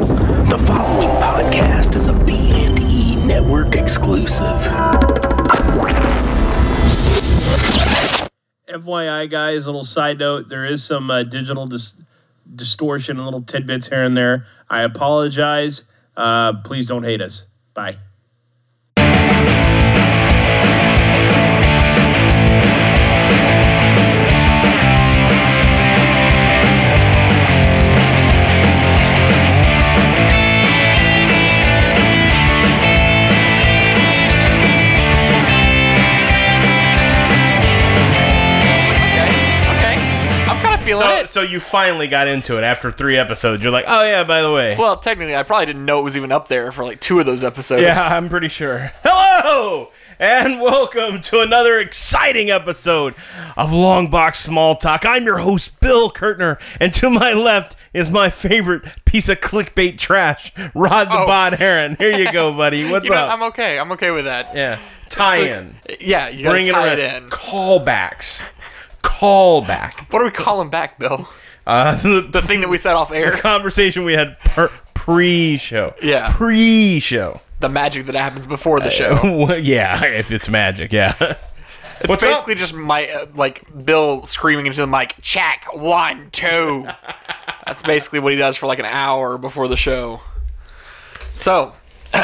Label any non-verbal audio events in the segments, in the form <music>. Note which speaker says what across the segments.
Speaker 1: E
Speaker 2: FYI, guys, little side note: there is some uh, digital dis- distortion and little tidbits here and there. I apologize. Uh, please don't hate us. Bye.
Speaker 3: Okay. I'm kind of feeling
Speaker 4: So,
Speaker 3: it.
Speaker 4: so you finally got into it after three episodes. You're like, oh yeah, by the way.
Speaker 3: well, technically, I probably didn't know it was even up there for like two of those episodes.
Speaker 4: Yeah,
Speaker 3: <laughs>
Speaker 4: I'm pretty sure. Hello! And welcome to another exciting episode of Long Box Small Talk. I'm your host, Bill Kurtner, and to my left is my favorite piece of clickbait trash, Rod the
Speaker 3: Oh.
Speaker 4: Bod Heron. Here you go, buddy. What's
Speaker 3: You know,
Speaker 4: up?
Speaker 3: I'm okay. I'm okay with that.
Speaker 4: yeah. Tie in.
Speaker 3: Yeah, you gotta
Speaker 4: Bring it,
Speaker 3: tie
Speaker 4: around.
Speaker 3: it in.
Speaker 4: Callbacks. Callback.
Speaker 3: What are we calling back, Bill?
Speaker 4: Uh, <laughs> the,
Speaker 3: The thing that we said off
Speaker 4: <laughs>
Speaker 3: air,
Speaker 4: conversation we had per- pre-show.
Speaker 3: Yeah.
Speaker 4: Pre-show. <laughs>
Speaker 3: the magic that happens before
Speaker 4: Uh,
Speaker 3: the show.
Speaker 4: Well, yeah, if it's magic, yeah. <laughs>
Speaker 3: It's
Speaker 4: What's up?
Speaker 3: basically just my uh, like Bill screaming into the mic, "Check one, two. That's basically what he does for like an hour before the show. So, <clears throat>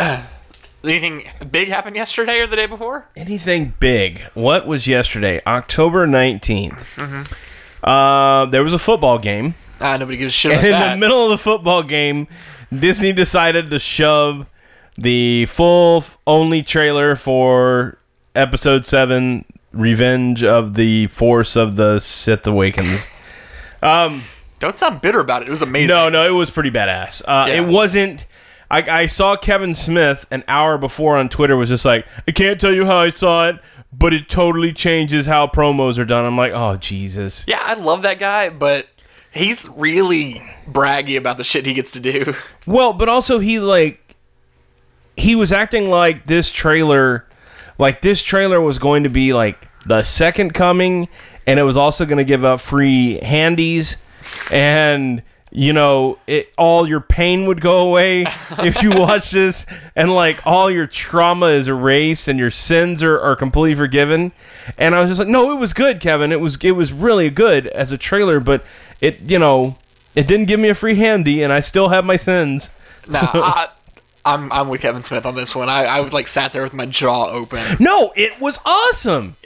Speaker 3: anything big happened yesterday or the day before?
Speaker 4: Anything big? What was yesterday? October 19th.
Speaker 3: Mm-hmm.
Speaker 4: Uh, there was a football game.
Speaker 3: Ah, nobody gives a shit about
Speaker 4: And in
Speaker 3: that.
Speaker 4: the middle of the football game, Disney decided to shove the full f- only trailer for episode 7 Revenge of the Force of the Sith Awakens.
Speaker 3: Don't sound bitter about it. It was amazing.
Speaker 4: <laughs> No, no, it was pretty badass. Uh,
Speaker 3: Yeah.
Speaker 4: It wasn't. I, I saw Kevin Smith an hour before on Twitter was just like, I can't tell you how I saw it, but it totally changes how promos are done. I'm like, oh Jesus.
Speaker 3: Yeah, I love that guy, but he's really braggy about the shit he gets to do. <laughs>
Speaker 4: Well, but also he like, he was acting like this trailer, like this trailer was going to be like the second coming, and it was also going to give out free handies, and you know, it all your pain would go away if you watch this, and like all your trauma is erased and your sins are, are completely forgiven. And I was just like, no, it was good, Kevin. It was it was really good as a trailer, but it you know. It didn't give me a free handy, and I still have my sins.
Speaker 3: Nah, I, I'm I'm with Kevin Smith on this one. I, I would like sat there with my jaw open.
Speaker 4: No, it was awesome.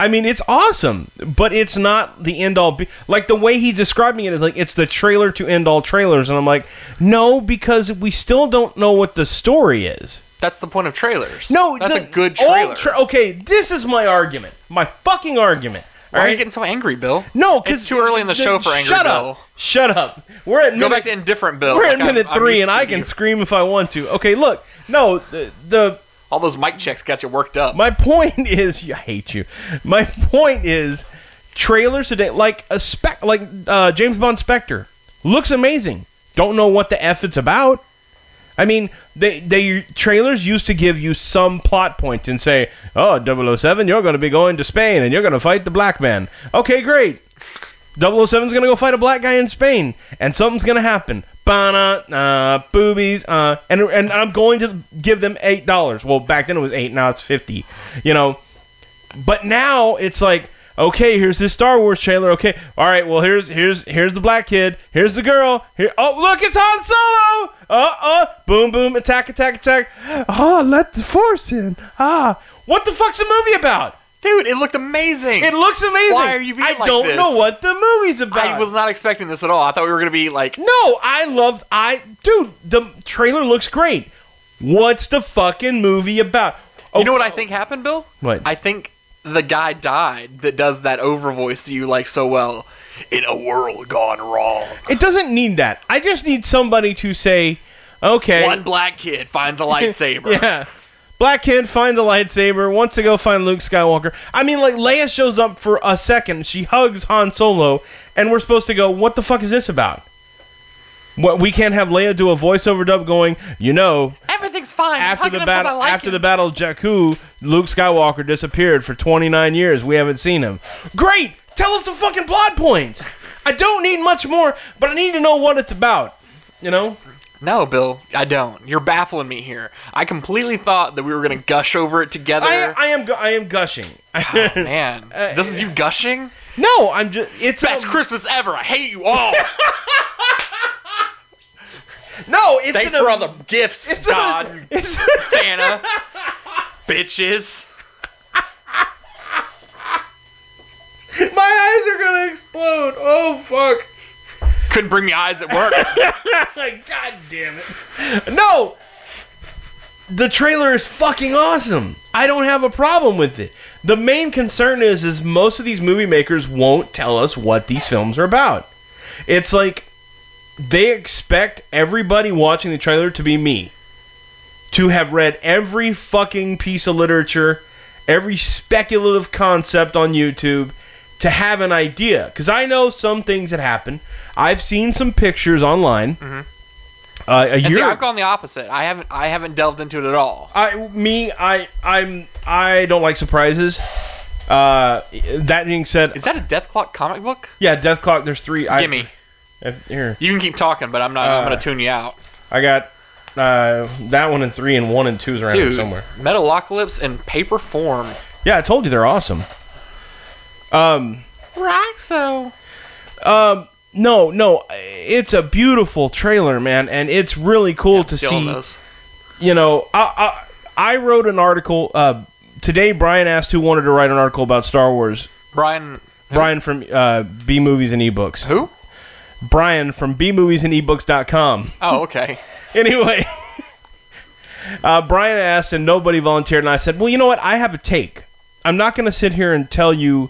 Speaker 4: I mean, it's awesome, but it's not the end all. Be- like the way he describing it is like it's the trailer to end all trailers, and I'm like, no, because we still don't know what the story is.
Speaker 3: That's the point of trailers.
Speaker 4: No,
Speaker 3: that's
Speaker 4: the-
Speaker 3: a good
Speaker 4: all
Speaker 3: trailer.
Speaker 4: tra- okay, this is my argument, my fucking argument. All
Speaker 3: Why are you
Speaker 4: right,
Speaker 3: getting so angry, Bill?
Speaker 4: no,
Speaker 3: it's
Speaker 4: 'cause-
Speaker 3: too early in the show for angry
Speaker 4: Shut
Speaker 3: Bill.
Speaker 4: up! Shut up! We're at
Speaker 3: Go
Speaker 4: minute
Speaker 3: back to indifferent Bill.
Speaker 4: we're at
Speaker 3: like
Speaker 4: minute
Speaker 3: I'm- I'm
Speaker 4: three,
Speaker 3: used
Speaker 4: and
Speaker 3: to
Speaker 4: I can
Speaker 3: you.
Speaker 4: scream if I want to. Okay, look, no, the, the
Speaker 3: All those mic checks got you worked up.
Speaker 4: My point <laughs> is, I hate you. My point is, trailers today, like a spec, like uh, James Bond Spectre, looks amazing. Don't know what the f it's about. I mean, they they trailers used to give you some plot point and say, "Oh, 007, you're going to be going to Spain and you're going to fight the black man." Okay, great. 007's gonna go fight a black guy in Spain, and something's gonna happen. Bana, uh, boobies, uh, and and I'm going to give them eight dollars. Well, back then it was eight, now it's fifty. You know, but now it's like, okay, here's this Star Wars trailer. Okay, all right, well here's here's here's the black kid. Here's the girl. Here, oh look, it's Han Solo. Uh uh, boom boom, attack attack attack. Ah, let the force in. Ah, what the fuck's the movie about?
Speaker 3: Dude, it looked amazing.
Speaker 4: It looks amazing.
Speaker 3: Why are you being
Speaker 4: I
Speaker 3: like
Speaker 4: don't
Speaker 3: this?
Speaker 4: know what the movie's about.
Speaker 3: I was not expecting this at all. I thought we were gonna be like
Speaker 4: No, I love I dude, the trailer looks great. What's the fucking movie about? Oh,
Speaker 3: You know what I think happened, Bill?
Speaker 4: What?
Speaker 3: I think the guy died that does that over voice that you like so well. In a world gone wrong,
Speaker 4: It doesn't need that. I just need somebody to say, okay,
Speaker 3: one black kid finds a lightsaber.
Speaker 4: <laughs> yeah. Black kid finds a lightsaber, wants to go find Luke Skywalker. I mean, like Leia shows up for a second, she hugs Han Solo, and we're supposed to go, "What the fuck is this about?" What we can't have Leia do a voiceover dub going, you know,
Speaker 3: Everything's fine.
Speaker 4: after the battle after the battle of Jakku, Luke Skywalker disappeared for 29 years. We haven't seen him. Great. Tell us the fucking plot points. I don't need much more, but I need to know what it's about. You know?
Speaker 3: <laughs> No, Bill, I don't. You're baffling me here. I completely thought that we were gonna gush over it together.
Speaker 4: I, <laughs> uh, I am gu- I am gushing.
Speaker 3: Man, this is you gushing.
Speaker 4: No, I'm just. It's
Speaker 3: Best
Speaker 4: a,
Speaker 3: Christmas ever. I hate
Speaker 4: <laughs>
Speaker 3: you all.
Speaker 4: no. It's
Speaker 3: Thanks
Speaker 4: an,
Speaker 3: for all the gifts,
Speaker 4: an-
Speaker 3: God,
Speaker 4: <laughs> It's,
Speaker 3: Santa, bitches.
Speaker 4: my eyes are gonna explode. Oh fuck. <laughs>
Speaker 3: Couldn't bring me eyes at work.
Speaker 4: God damn it. No! The trailer is fucking awesome. I don't have a problem with it. The main concern is is most of these movie makers won't tell us what these films are about. It's like they expect everybody watching the trailer to be me. To have read every fucking piece of literature, every speculative concept on YouTube, to have an idea. Because I know some things that happen. I've seen some pictures online. Uh, a
Speaker 3: Mm-hmm. And
Speaker 4: year
Speaker 3: see, I've gone the opposite. I haven't. I haven't delved into it at all.
Speaker 4: I me I I'm I don't like surprises. Uh, that being said,
Speaker 3: Is that a Death Clock comic book?
Speaker 4: yeah, Death Clock. There's three. I,
Speaker 3: Gimme.
Speaker 4: if- here,
Speaker 3: You can keep talking, but I'm not. I'm
Speaker 4: Uh,
Speaker 3: gonna tune you out,
Speaker 4: I got uh that one and three and one and two's around here
Speaker 3: dude.
Speaker 4: somewhere.
Speaker 3: Metalocalypse in paper form.
Speaker 4: Yeah, I told you they're awesome. Um,
Speaker 3: Roxo.
Speaker 4: um, no, no, it's a beautiful trailer, man, and it's really cool to
Speaker 3: Stealing
Speaker 4: see.
Speaker 3: those.
Speaker 4: you know, I, I I wrote an article uh today. Brian asked who wanted to write an article about Star Wars.
Speaker 3: Brian. Who?
Speaker 4: Brian from uh, B Movies and Ebooks.
Speaker 3: Who?
Speaker 4: Brian from E bmoviesandebooks.com.
Speaker 3: Oh, okay.
Speaker 4: Anyway, <laughs> uh, Brian asked, and nobody volunteered, and I said, "Well, you know what? I have a take. I'm not going to sit here and tell you,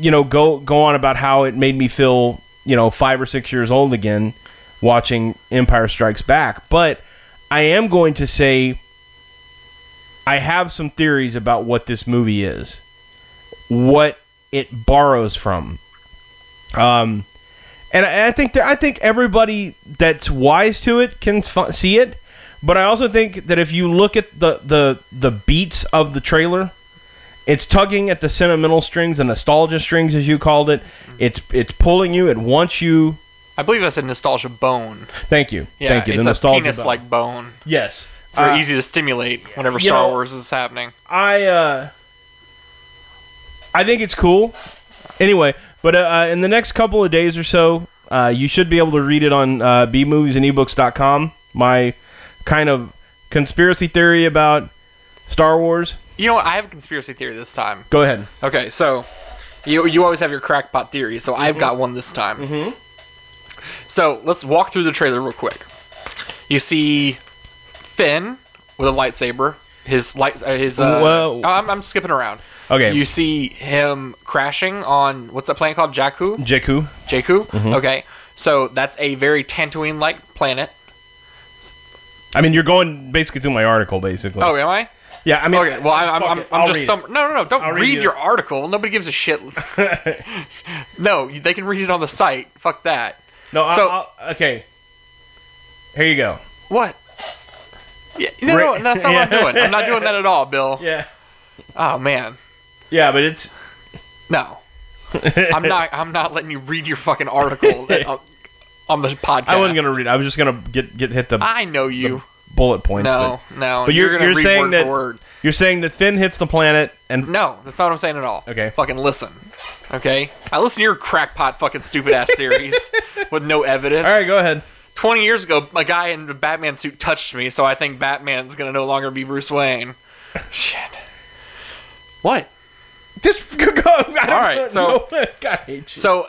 Speaker 4: you know, go go on about how it made me feel, you know, five or six years old again, watching Empire Strikes Back. But I am going to say, I have some theories about what this movie is, what it borrows from." Um, and I I think that I think everybody that's wise to it can f- see it. But I also think that if you look at the the the beats of the trailer, it's tugging at the sentimental strings, the nostalgia strings, as you called it.
Speaker 3: Mm-hmm.
Speaker 4: It's it's pulling you. It wants you.
Speaker 3: I believe that's a nostalgia bone.
Speaker 4: Thank you.
Speaker 3: Yeah,
Speaker 4: Thank you.
Speaker 3: it's
Speaker 4: the
Speaker 3: a
Speaker 4: nostalgia. bone.
Speaker 3: penis-like bone.
Speaker 4: yes.
Speaker 3: It's very
Speaker 4: Uh,
Speaker 3: easy to stimulate whenever
Speaker 4: you
Speaker 3: Star
Speaker 4: know-
Speaker 3: Wars is happening.
Speaker 4: I uh, I think it's cool. Anyway, but uh, in the next couple of days or so, uh, you should be able to read it on uh, bmoviesandebooks.com. My kind of conspiracy theory about Star Wars.
Speaker 3: You know, what? I have a conspiracy theory this time.
Speaker 4: Go ahead.
Speaker 3: Okay, so you you always have your crackpot theory, so I've got one this time. Mm-hmm.
Speaker 4: Mm-hmm.
Speaker 3: So let's walk through the trailer real quick. You see Finn with a lightsaber. His light, uh, his. Uh,
Speaker 4: Whoa.
Speaker 3: oh, I'm, I'm skipping around.
Speaker 4: Okay.
Speaker 3: You see him crashing on what's that planet called? Jakku.
Speaker 4: Jakku.
Speaker 3: Jakku.
Speaker 4: Mm-hmm.
Speaker 3: Okay. So that's a very Tatooine-like planet.
Speaker 4: I mean, you're going basically through my article, basically.
Speaker 3: Oh, am I?
Speaker 4: yeah. I mean,
Speaker 3: Okay, well, I'm, I'm,
Speaker 4: fuck
Speaker 3: I'm,
Speaker 4: it,
Speaker 3: I'm
Speaker 4: I'll
Speaker 3: just
Speaker 4: read
Speaker 3: some. No, no, no, don't
Speaker 4: I'll
Speaker 3: read,
Speaker 4: read you.
Speaker 3: your article. Nobody gives a
Speaker 4: <laughs>
Speaker 3: shit. no, you- they can read it on the site. Fuck that.
Speaker 4: it. No.
Speaker 3: so-
Speaker 4: i I'll, okay. Here you go.
Speaker 3: What? Yeah, no, no,
Speaker 4: Ra-
Speaker 3: that's not what I'm doing.
Speaker 4: <laughs>
Speaker 3: I'm not doing that at all, Bill.
Speaker 4: Yeah.
Speaker 3: Oh man,
Speaker 4: Yeah, but it's
Speaker 3: no. I'm not. I'm not letting you read your
Speaker 4: <laughs>
Speaker 3: fucking article that- on, on the podcast.
Speaker 4: I wasn't gonna read. it. I was just gonna get get hit the
Speaker 3: I know you.
Speaker 4: bullet points. but-
Speaker 3: No, no.
Speaker 4: But you're-
Speaker 3: gonna
Speaker 4: you're
Speaker 3: read
Speaker 4: saying
Speaker 3: word
Speaker 4: that-
Speaker 3: for word.
Speaker 4: You're saying that Finn hits the planet and
Speaker 3: No, that's not what I'm saying at all.
Speaker 4: Okay.
Speaker 3: Fucking listen. Okay. I listen to your crackpot, fucking
Speaker 4: <laughs>
Speaker 3: stupid ass theories with no evidence.
Speaker 4: all right, go ahead.
Speaker 3: 20 years ago, a guy in a Batman suit touched me, so I think Batman's gonna no longer be Bruce Wayne. Shit. What?
Speaker 4: <laughs> Just go. go. I don't
Speaker 3: All right,
Speaker 4: know.
Speaker 3: so-
Speaker 4: <laughs> God, I hate you.
Speaker 3: So,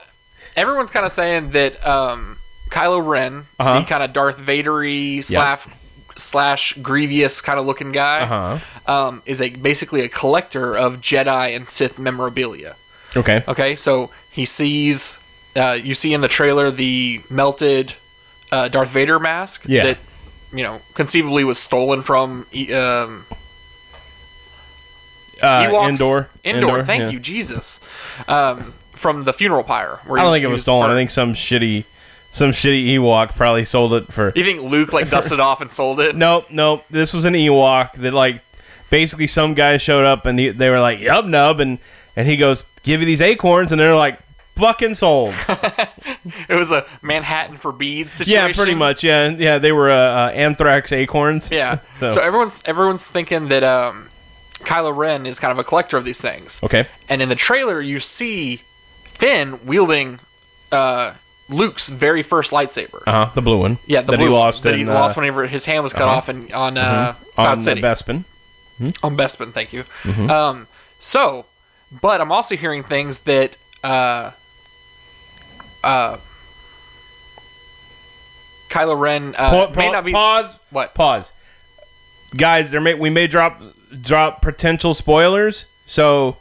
Speaker 3: everyone's kind of saying that um, Kylo Ren,
Speaker 4: Uh-huh.
Speaker 3: the kind of Darth Vadery slash slash Grievous kind of looking guy,
Speaker 4: Uh
Speaker 3: um, is a basically a collector of Jedi and Sith memorabilia.
Speaker 4: huh. Okay.
Speaker 3: Okay, so he sees. Uh, you see in the trailer the melted uh, Darth Vader mask
Speaker 4: Yeah.
Speaker 3: that you know conceivably was stolen from E- um,
Speaker 4: Uh,
Speaker 3: Ewoks.
Speaker 4: Indoor.
Speaker 3: Indoor, Thank
Speaker 4: yeah.
Speaker 3: you, Jesus. Um, from the funeral pyre. Where
Speaker 4: I
Speaker 3: he
Speaker 4: don't think
Speaker 3: he
Speaker 4: it was stolen. I
Speaker 3: burnt.
Speaker 4: think some shitty, some shitty Ewok probably sold it for.
Speaker 3: You think
Speaker 4: <laughs>
Speaker 3: Luke like dusted off and sold it?
Speaker 4: Nope, nope. This was an Ewok that like, basically some guy showed up and he, they were like, "Yup, nub," and and he goes, "Give you these acorns," and they're like, "Fucking
Speaker 3: <laughs>
Speaker 4: sold."
Speaker 3: It was a Manhattan for beads situation.
Speaker 4: yeah, pretty much. Yeah, yeah. They were uh, uh, anthrax acorns.
Speaker 3: Yeah.
Speaker 4: <laughs> So-
Speaker 3: so. everyone's everyone's thinking that um, Kylo Ren is kind of a collector of these things.
Speaker 4: Okay.
Speaker 3: And in the trailer, you see Finn wielding uh, Luke's very first lightsaber.
Speaker 4: Uh huh. The blue one.
Speaker 3: yeah, the
Speaker 4: that
Speaker 3: blue
Speaker 4: he
Speaker 3: one
Speaker 4: lost.
Speaker 3: that
Speaker 4: in,
Speaker 3: he
Speaker 4: uh, uh-huh. Mm-hmm.
Speaker 3: lost whenever his hand was cut off in, on uh, Cloud
Speaker 4: on the
Speaker 3: City
Speaker 4: Bespin. Mm-hmm.
Speaker 3: on Bespin. Thank you. Um, so, but I'm also hearing things that uh, uh, Kylo Ren uh,
Speaker 4: Pa- pa-
Speaker 3: may not be.
Speaker 4: pause.
Speaker 3: What?
Speaker 4: Pause. Guys, there may we may drop drop potential spoilers. So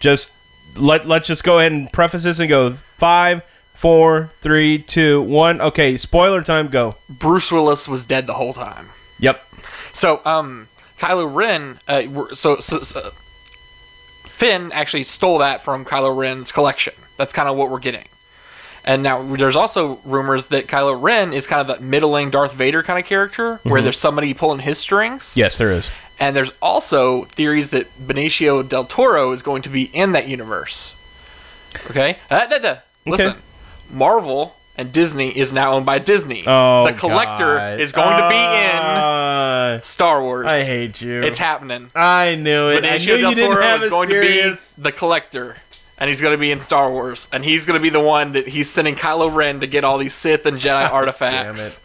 Speaker 4: just let let's just go ahead and preface this and go five, four, three, two, one. Okay, spoiler time. Go.
Speaker 3: Bruce Willis was dead the whole time.
Speaker 4: Yep.
Speaker 3: So, um, Kylo Ren, uh, were- so, so, so Finn actually stole that from Kylo Ren's collection. That's kind of what we're getting. And now there's also rumors that Kylo Ren is kind of that middling Darth Vader kind of character,
Speaker 4: Mm-hmm.
Speaker 3: where there's somebody pulling his strings.
Speaker 4: Yes, there is.
Speaker 3: And there's also theories that Benicio del Toro is going to be in that universe. Okay? Uh, da, da. Listen, Marvel and Disney is now owned by Disney.
Speaker 4: Oh,
Speaker 3: the collector
Speaker 4: God.
Speaker 3: is going to be in
Speaker 4: Ah,
Speaker 3: Star Wars.
Speaker 4: I hate you.
Speaker 3: It's happening.
Speaker 4: I knew it. I knew
Speaker 3: Benicio
Speaker 4: you
Speaker 3: del
Speaker 4: didn't
Speaker 3: Toro
Speaker 4: have
Speaker 3: is
Speaker 4: a
Speaker 3: going
Speaker 4: serious-
Speaker 3: to be the collector, and he's going to be in Star Wars, and he's going to be the one that he's sending Kylo Ren to get all these Sith
Speaker 4: <laughs>
Speaker 3: and Jedi artifacts.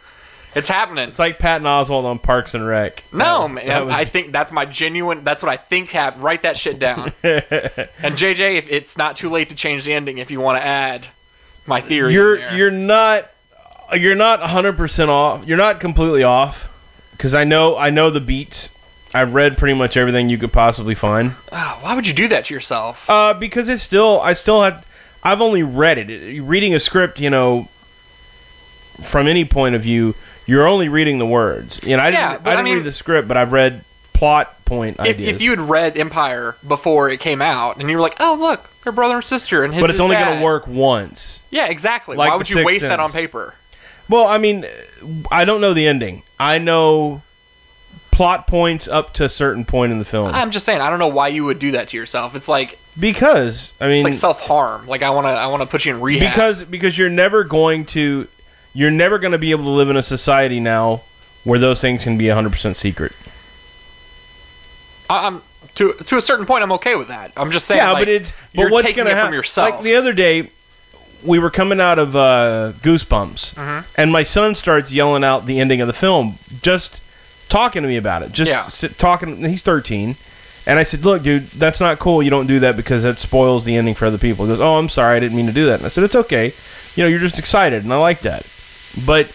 Speaker 3: It's happening.
Speaker 4: It's like Patton Oswald on Parks and Rec.
Speaker 3: No,
Speaker 4: That was-
Speaker 3: man.
Speaker 4: that was-
Speaker 3: I think that's my genuine. That's what I think happened. Write that
Speaker 4: <laughs>
Speaker 3: shit down. and JJ, if it's not too late to change the ending, if you want to add my theory,
Speaker 4: you're
Speaker 3: in there.
Speaker 4: you're not you're not 100% off you're not completely off because i know i know the beats i've read pretty much everything you could possibly find
Speaker 3: Ah, why would you do that to yourself?
Speaker 4: uh, because it's still i still had i've only read it. it reading a script you know from any point of view you're only reading the words you know i
Speaker 3: Yeah,
Speaker 4: didn't,
Speaker 3: but
Speaker 4: I
Speaker 3: I
Speaker 4: didn't
Speaker 3: mean-
Speaker 4: read the script but i've read plot point
Speaker 3: if,
Speaker 4: ideas
Speaker 3: if you had read Empire before it came out, and you were like, "Oh, look, they're brother and sister," and his,
Speaker 4: but it's
Speaker 3: his
Speaker 4: only
Speaker 3: dad.
Speaker 4: going to work once
Speaker 3: Yeah, exactly.
Speaker 4: Like
Speaker 3: Why
Speaker 4: the
Speaker 3: would you
Speaker 4: Sixth
Speaker 3: waste that
Speaker 4: Sense.
Speaker 3: on paper?
Speaker 4: Well, I mean, I don't know the ending. I know plot points up to a certain point in the film
Speaker 3: I'm just saying, I don't know why you would do that to yourself. It's like
Speaker 4: because I mean,
Speaker 3: it's like self harm. Like I wanna, I wanna put you in rehab.
Speaker 4: because because you're never going to you're never going to be able to live in a society now where those things can be 100% secret.
Speaker 3: I, I'm to to a certain point, I'm okay with that. I'm just saying,
Speaker 4: yeah,
Speaker 3: like,
Speaker 4: but it's but
Speaker 3: you're
Speaker 4: what's
Speaker 3: taking
Speaker 4: going to
Speaker 3: it from
Speaker 4: happen
Speaker 3: yourself.
Speaker 4: Like the other day, we were coming out of uh, Goosebumps,
Speaker 3: Mm-hmm.
Speaker 4: and my son starts yelling out the ending of the film, just talking to me about it, just
Speaker 3: Yeah.
Speaker 4: sit, talking. He's thirteen, and I said, "Look, dude, that's not cool. You don't do that because that spoils the ending for other people." He goes, "Oh, I'm sorry, I didn't mean to do that." And I said, "It's okay. You know, you're just excited, and I like that." But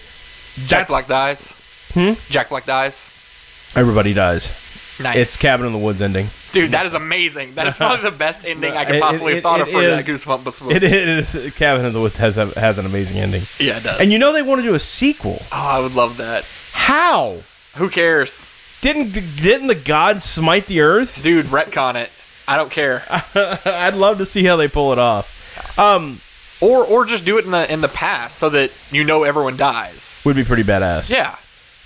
Speaker 3: Jack
Speaker 4: that's
Speaker 3: Black dies.
Speaker 4: Hmm?
Speaker 3: Jack Black dies.
Speaker 4: everybody dies.
Speaker 3: Nice,
Speaker 4: It's Cabin in the Woods ending.
Speaker 3: dude. That is amazing.
Speaker 4: <laughs>
Speaker 3: That is probably the best ending I
Speaker 4: It-
Speaker 3: could
Speaker 4: it-
Speaker 3: possibly
Speaker 4: it-
Speaker 3: have thought of
Speaker 4: it
Speaker 3: for that
Speaker 4: is.
Speaker 3: Goosebumps movie.
Speaker 4: It is Cabin in the Woods has a, has an amazing ending,
Speaker 3: yeah, it does.
Speaker 4: and you know they want to do a sequel.
Speaker 3: oh, I would love that.
Speaker 4: How?
Speaker 3: Who cares,
Speaker 4: Didn't didn't the gods smite the earth? <laughs>
Speaker 3: dude? Retcon it. I don't care.
Speaker 4: I'd love to see how they pull it off. Um,
Speaker 3: Or or just do it in the in the past so that you know everyone dies.
Speaker 4: would be pretty badass.
Speaker 3: Yeah.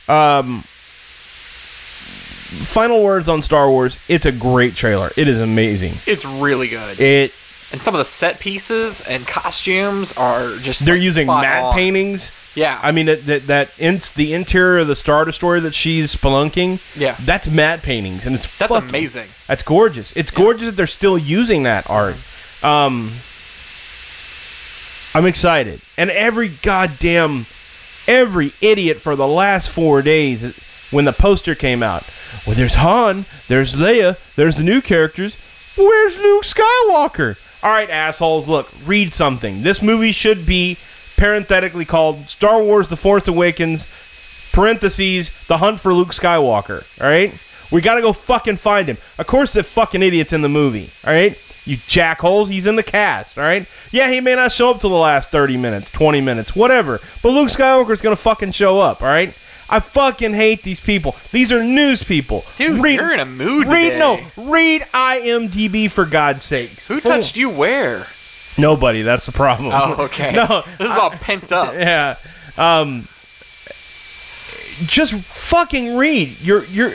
Speaker 4: Um, final words on Star Wars. It's a great trailer. It is amazing.
Speaker 3: It's really good.
Speaker 4: It
Speaker 3: and some of the set pieces and costumes are just
Speaker 4: they're
Speaker 3: like,
Speaker 4: using
Speaker 3: spot
Speaker 4: matte
Speaker 3: on.
Speaker 4: paintings.
Speaker 3: Yeah.
Speaker 4: I mean that that, that ins, the interior of the Star Destroyer that she's spelunking.
Speaker 3: Yeah.
Speaker 4: that's matte paintings, and it's
Speaker 3: That's
Speaker 4: fucking-
Speaker 3: amazing.
Speaker 4: That's gorgeous. It's gorgeous that they're still using that art. Um, I'm excited, and every goddamn every idiot for the last four days when the poster came out. Well, there's Han, there's Leia, there's the new characters. Where's Luke Skywalker? All right, assholes, look, read something. This movie should be parenthetically called Star Wars: The Force Awakens parentheses the hunt for Luke Skywalker. All right, we gotta go fucking find him. Of course, the fucking idiot's in the movie. All right, you jackholes, he's in the cast. All right, yeah, he may not show up till the last thirty minutes, twenty minutes, whatever. But Luke Skywalker's gonna fucking show up. All right. I fucking hate these people. These are news people.
Speaker 3: Dude,
Speaker 4: read,
Speaker 3: you're in a mood
Speaker 4: Read
Speaker 3: today.
Speaker 4: no, read IMDb for God's sakes.
Speaker 3: Who touched
Speaker 4: <laughs>
Speaker 3: you where?
Speaker 4: Nobody. That's the problem.
Speaker 3: Oh, okay.
Speaker 4: No,
Speaker 3: This is all pent up.
Speaker 4: <laughs> yeah. Um, just fucking read. You're you're,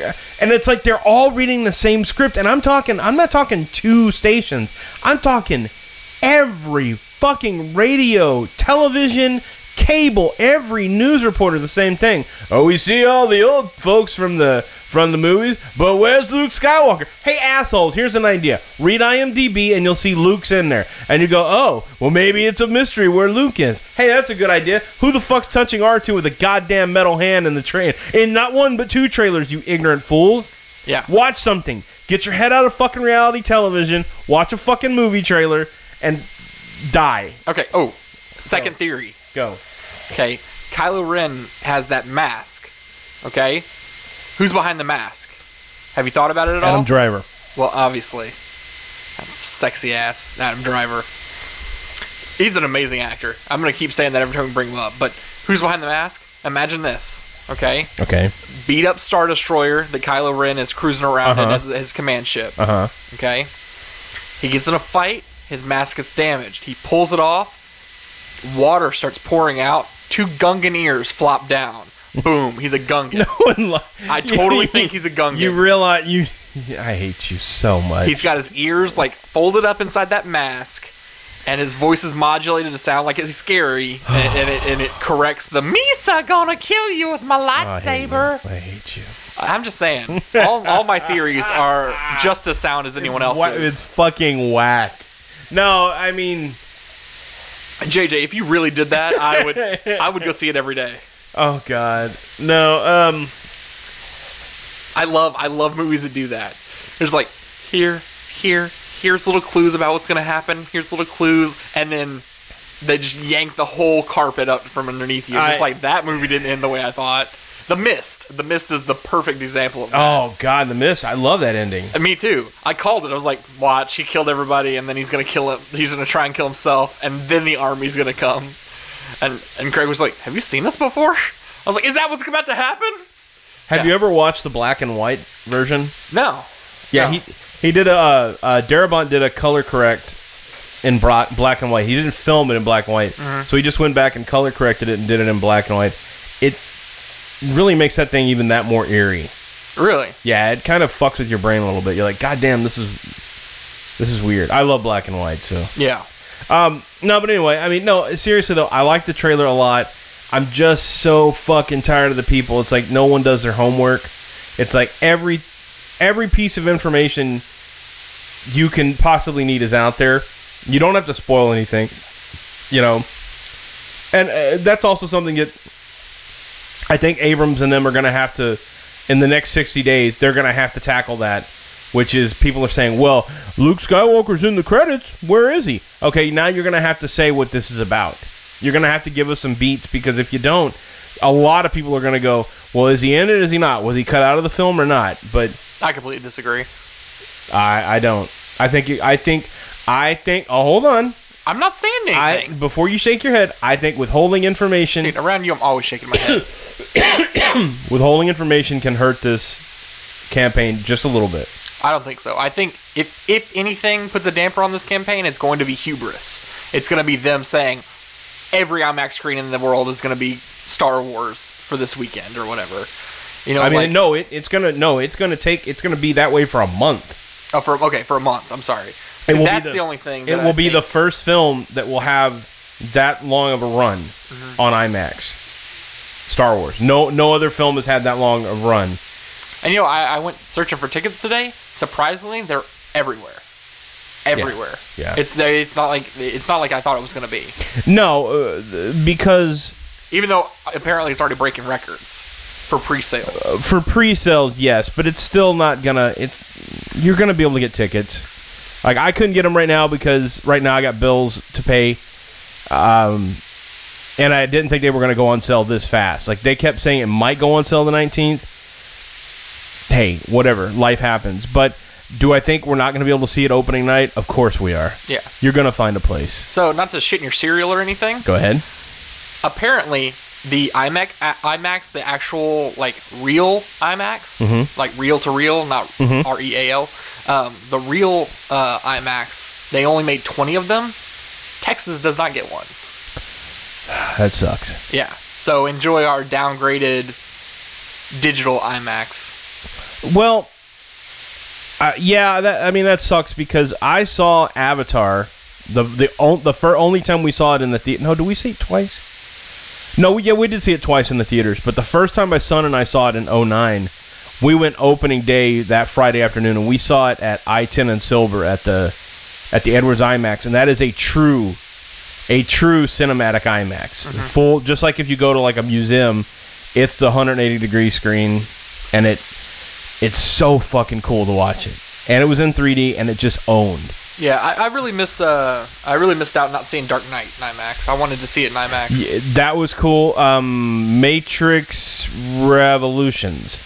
Speaker 4: and it's like they're all reading the same script. And I'm talking. I'm not talking two stations. I'm talking every fucking radio, television, cable, every news reporter the same thing. Oh, we see all the old folks from the from the movies, but where's Luke Skywalker? Hey, assholes, here's an idea. Read IMDb and you'll see Luke's in there. And you go, oh, well, maybe it's a mystery where Luke is. Hey, that's a good idea. Who the fuck's touching R2 with a goddamn metal hand in the train? In not one, but two trailers, you ignorant fools.
Speaker 3: Yeah.
Speaker 4: Watch something. Get your head out of fucking reality television. Watch a fucking movie trailer and die.
Speaker 3: Okay. Oh, second theory.
Speaker 4: Go.
Speaker 3: Okay. Kylo Ren has that mask. Okay. Who's behind the mask? Have you thought about it at all?
Speaker 4: Adam Driver.
Speaker 3: Well, obviously. That sexy ass Adam Driver. He's an amazing actor. I'm going to keep saying that every time we bring him up. But who's behind the mask? Imagine this, okay?
Speaker 4: Okay.
Speaker 3: Beat up Star Destroyer that Kylo Ren is cruising around in
Speaker 4: Uh-huh.
Speaker 3: as his command ship,
Speaker 4: <laughs> Uh huh.
Speaker 3: okay? He gets in a fight, his mask gets damaged. He pulls it off, water starts pouring out, two Gungan ears flop down. Boom, he's
Speaker 4: <laughs>
Speaker 3: a Gungan. I totally think he's a Gungan.
Speaker 4: You realize you. <laughs> I hate you so much.
Speaker 3: He's got his ears like folded up inside that mask, and his voice is modulated to sound like it's
Speaker 4: <sighs>
Speaker 3: scary, and, and, it, and it corrects the Misa gonna kill you with my
Speaker 4: Oh, I hate
Speaker 3: lightsaber.
Speaker 4: you. I hate you.
Speaker 3: I'm
Speaker 4: <laughs>
Speaker 3: just saying, all, all my theories are just as sound as anyone
Speaker 4: Wha- It's
Speaker 3: else's.
Speaker 4: fucking whack. No, I mean,
Speaker 3: JJ, if you really did that,
Speaker 4: <laughs>
Speaker 3: I would I would go see it every day.
Speaker 4: oh god, no. Um,
Speaker 3: I love I love movies that do that. There's like here, here, here's little clues about what's gonna happen. Here's little clues, and then they just yank the whole carpet up from underneath you.
Speaker 4: I-
Speaker 3: just like that movie didn't end the way I thought. The Mist. The Mist is the perfect example of that.
Speaker 4: oh god, the miss. I love that ending.
Speaker 3: And me too. I called it. I was like, "Watch, he killed everybody, and then he's gonna kill him. He's gonna try and kill himself, and then the army's gonna come." And and Craig was like, "Have you seen this before?" I was like, "Is that what's about to happen?"
Speaker 4: Have
Speaker 3: Yeah.
Speaker 4: you ever watched the black and white version?
Speaker 3: No.
Speaker 4: Yeah,
Speaker 3: No.
Speaker 4: he he did a uh, uh, Darabont did a color correct in bra- black and white. He didn't film it in black and white,
Speaker 3: Mm-hmm.
Speaker 4: so he just went back and color corrected it and did it in black and white. It really makes that thing even that more eerie.
Speaker 3: Really?
Speaker 4: Yeah, it kind of fucks with your brain a little bit. You're like, God damn, this is this is weird. I love black and white, so
Speaker 3: Yeah.
Speaker 4: um, no, but anyway, I mean, no, seriously though, I like the trailer a lot. I'm just so fucking tired of the people. It's like no one does their homework. It's like every every piece of information you can possibly need is out there. You don't have to spoil anything, you know. And uh, that's also something that I think Abrams and them are going to have to in the next 60 days. They're going to have to tackle that which is people are saying, well, Luke Skywalker's in the credits. Where is he? Okay, now you're going to have to say what this is about. You're going to have to give us some beats because if you don't, a lot of people are going to go, well, is he in it? Is he not? Was he cut out of the film or not? But
Speaker 3: I completely disagree.
Speaker 4: I, I don't. I think you- I think I think. Oh, hold on.
Speaker 3: I'm not saying
Speaker 4: I
Speaker 3: anything.
Speaker 4: before you shake your head, I think withholding information
Speaker 3: Dude, around you, I'm always shaking my head.
Speaker 4: withholding information can hurt this campaign just a little bit.
Speaker 3: I don't think so. I think if if anything puts a damper on this campaign, it's going to be hubris. It's going to be them saying every IMAX screen in the world is going to be Star Wars for this weekend or whatever. You know,
Speaker 4: I mean,
Speaker 3: like,
Speaker 4: no, it, it's gonna no, it's gonna take it's gonna be that way for a month.
Speaker 3: oh, for okay for a month. I'm sorry.
Speaker 4: will be
Speaker 3: that's
Speaker 4: the-
Speaker 3: the, only thing.
Speaker 4: it
Speaker 3: that
Speaker 4: will
Speaker 3: I
Speaker 4: be the
Speaker 3: think-
Speaker 4: first film that will have that long of a run on IMAX. Star Wars. No, no other film has had that long of run.
Speaker 3: And you know, I, I went searching for tickets today. Surprisingly, they're everywhere. Everywhere.
Speaker 4: Yeah.
Speaker 3: It's they- it's not like it's not like I thought it was going to be.
Speaker 4: No, uh, th- because
Speaker 3: Even though apparently it's already breaking records for pre-sales.
Speaker 4: for pre-sales, yes, but it's still not gonna. It's you're gonna be able to get tickets. Like I couldn't get them right now because right now I got bills to pay, um, and I didn't think they were gonna go on sale this fast. Like they kept saying it might go on sale the 19th. hey, whatever, life happens. But do I think we're not going to be able to see it opening night? Of course we are.
Speaker 3: Yeah.
Speaker 4: You're going to find a place.
Speaker 3: So, not to shit in your cereal or anything.
Speaker 4: Go ahead.
Speaker 3: Apparently, the IMAX, a- IMAX, the actual like real IMAX, like real to real, not R E A L. Um, the real uh, IMAX, they only made twenty of them. Texas does not get one.
Speaker 4: That sucks.
Speaker 3: Yeah. So enjoy our downgraded digital IMAX.
Speaker 4: Well, uh, yeah, that, I mean that sucks because I saw Avatar the the on, the fir- only time we saw it in the theater. No, do we see it twice? No, we, yeah, we did see it twice in the theaters, but the first time my son and I saw it in 09, we went opening day that Friday afternoon, and we saw it at I ten and Silver at the at the Edwards IMAX, and that is a true a true cinematic IMAX. Full, just like if you go to like a museum, it's the 180 degree screen, and it it's so fucking cool to watch it. And it was in 3D, and it just owned.
Speaker 3: Yeah, I, I really miss. Uh, I really missed out not seeing Dark Knight in IMAX. I wanted to see it in IMAX.
Speaker 4: Yeah, that was cool. Um, Matrix Revolutions.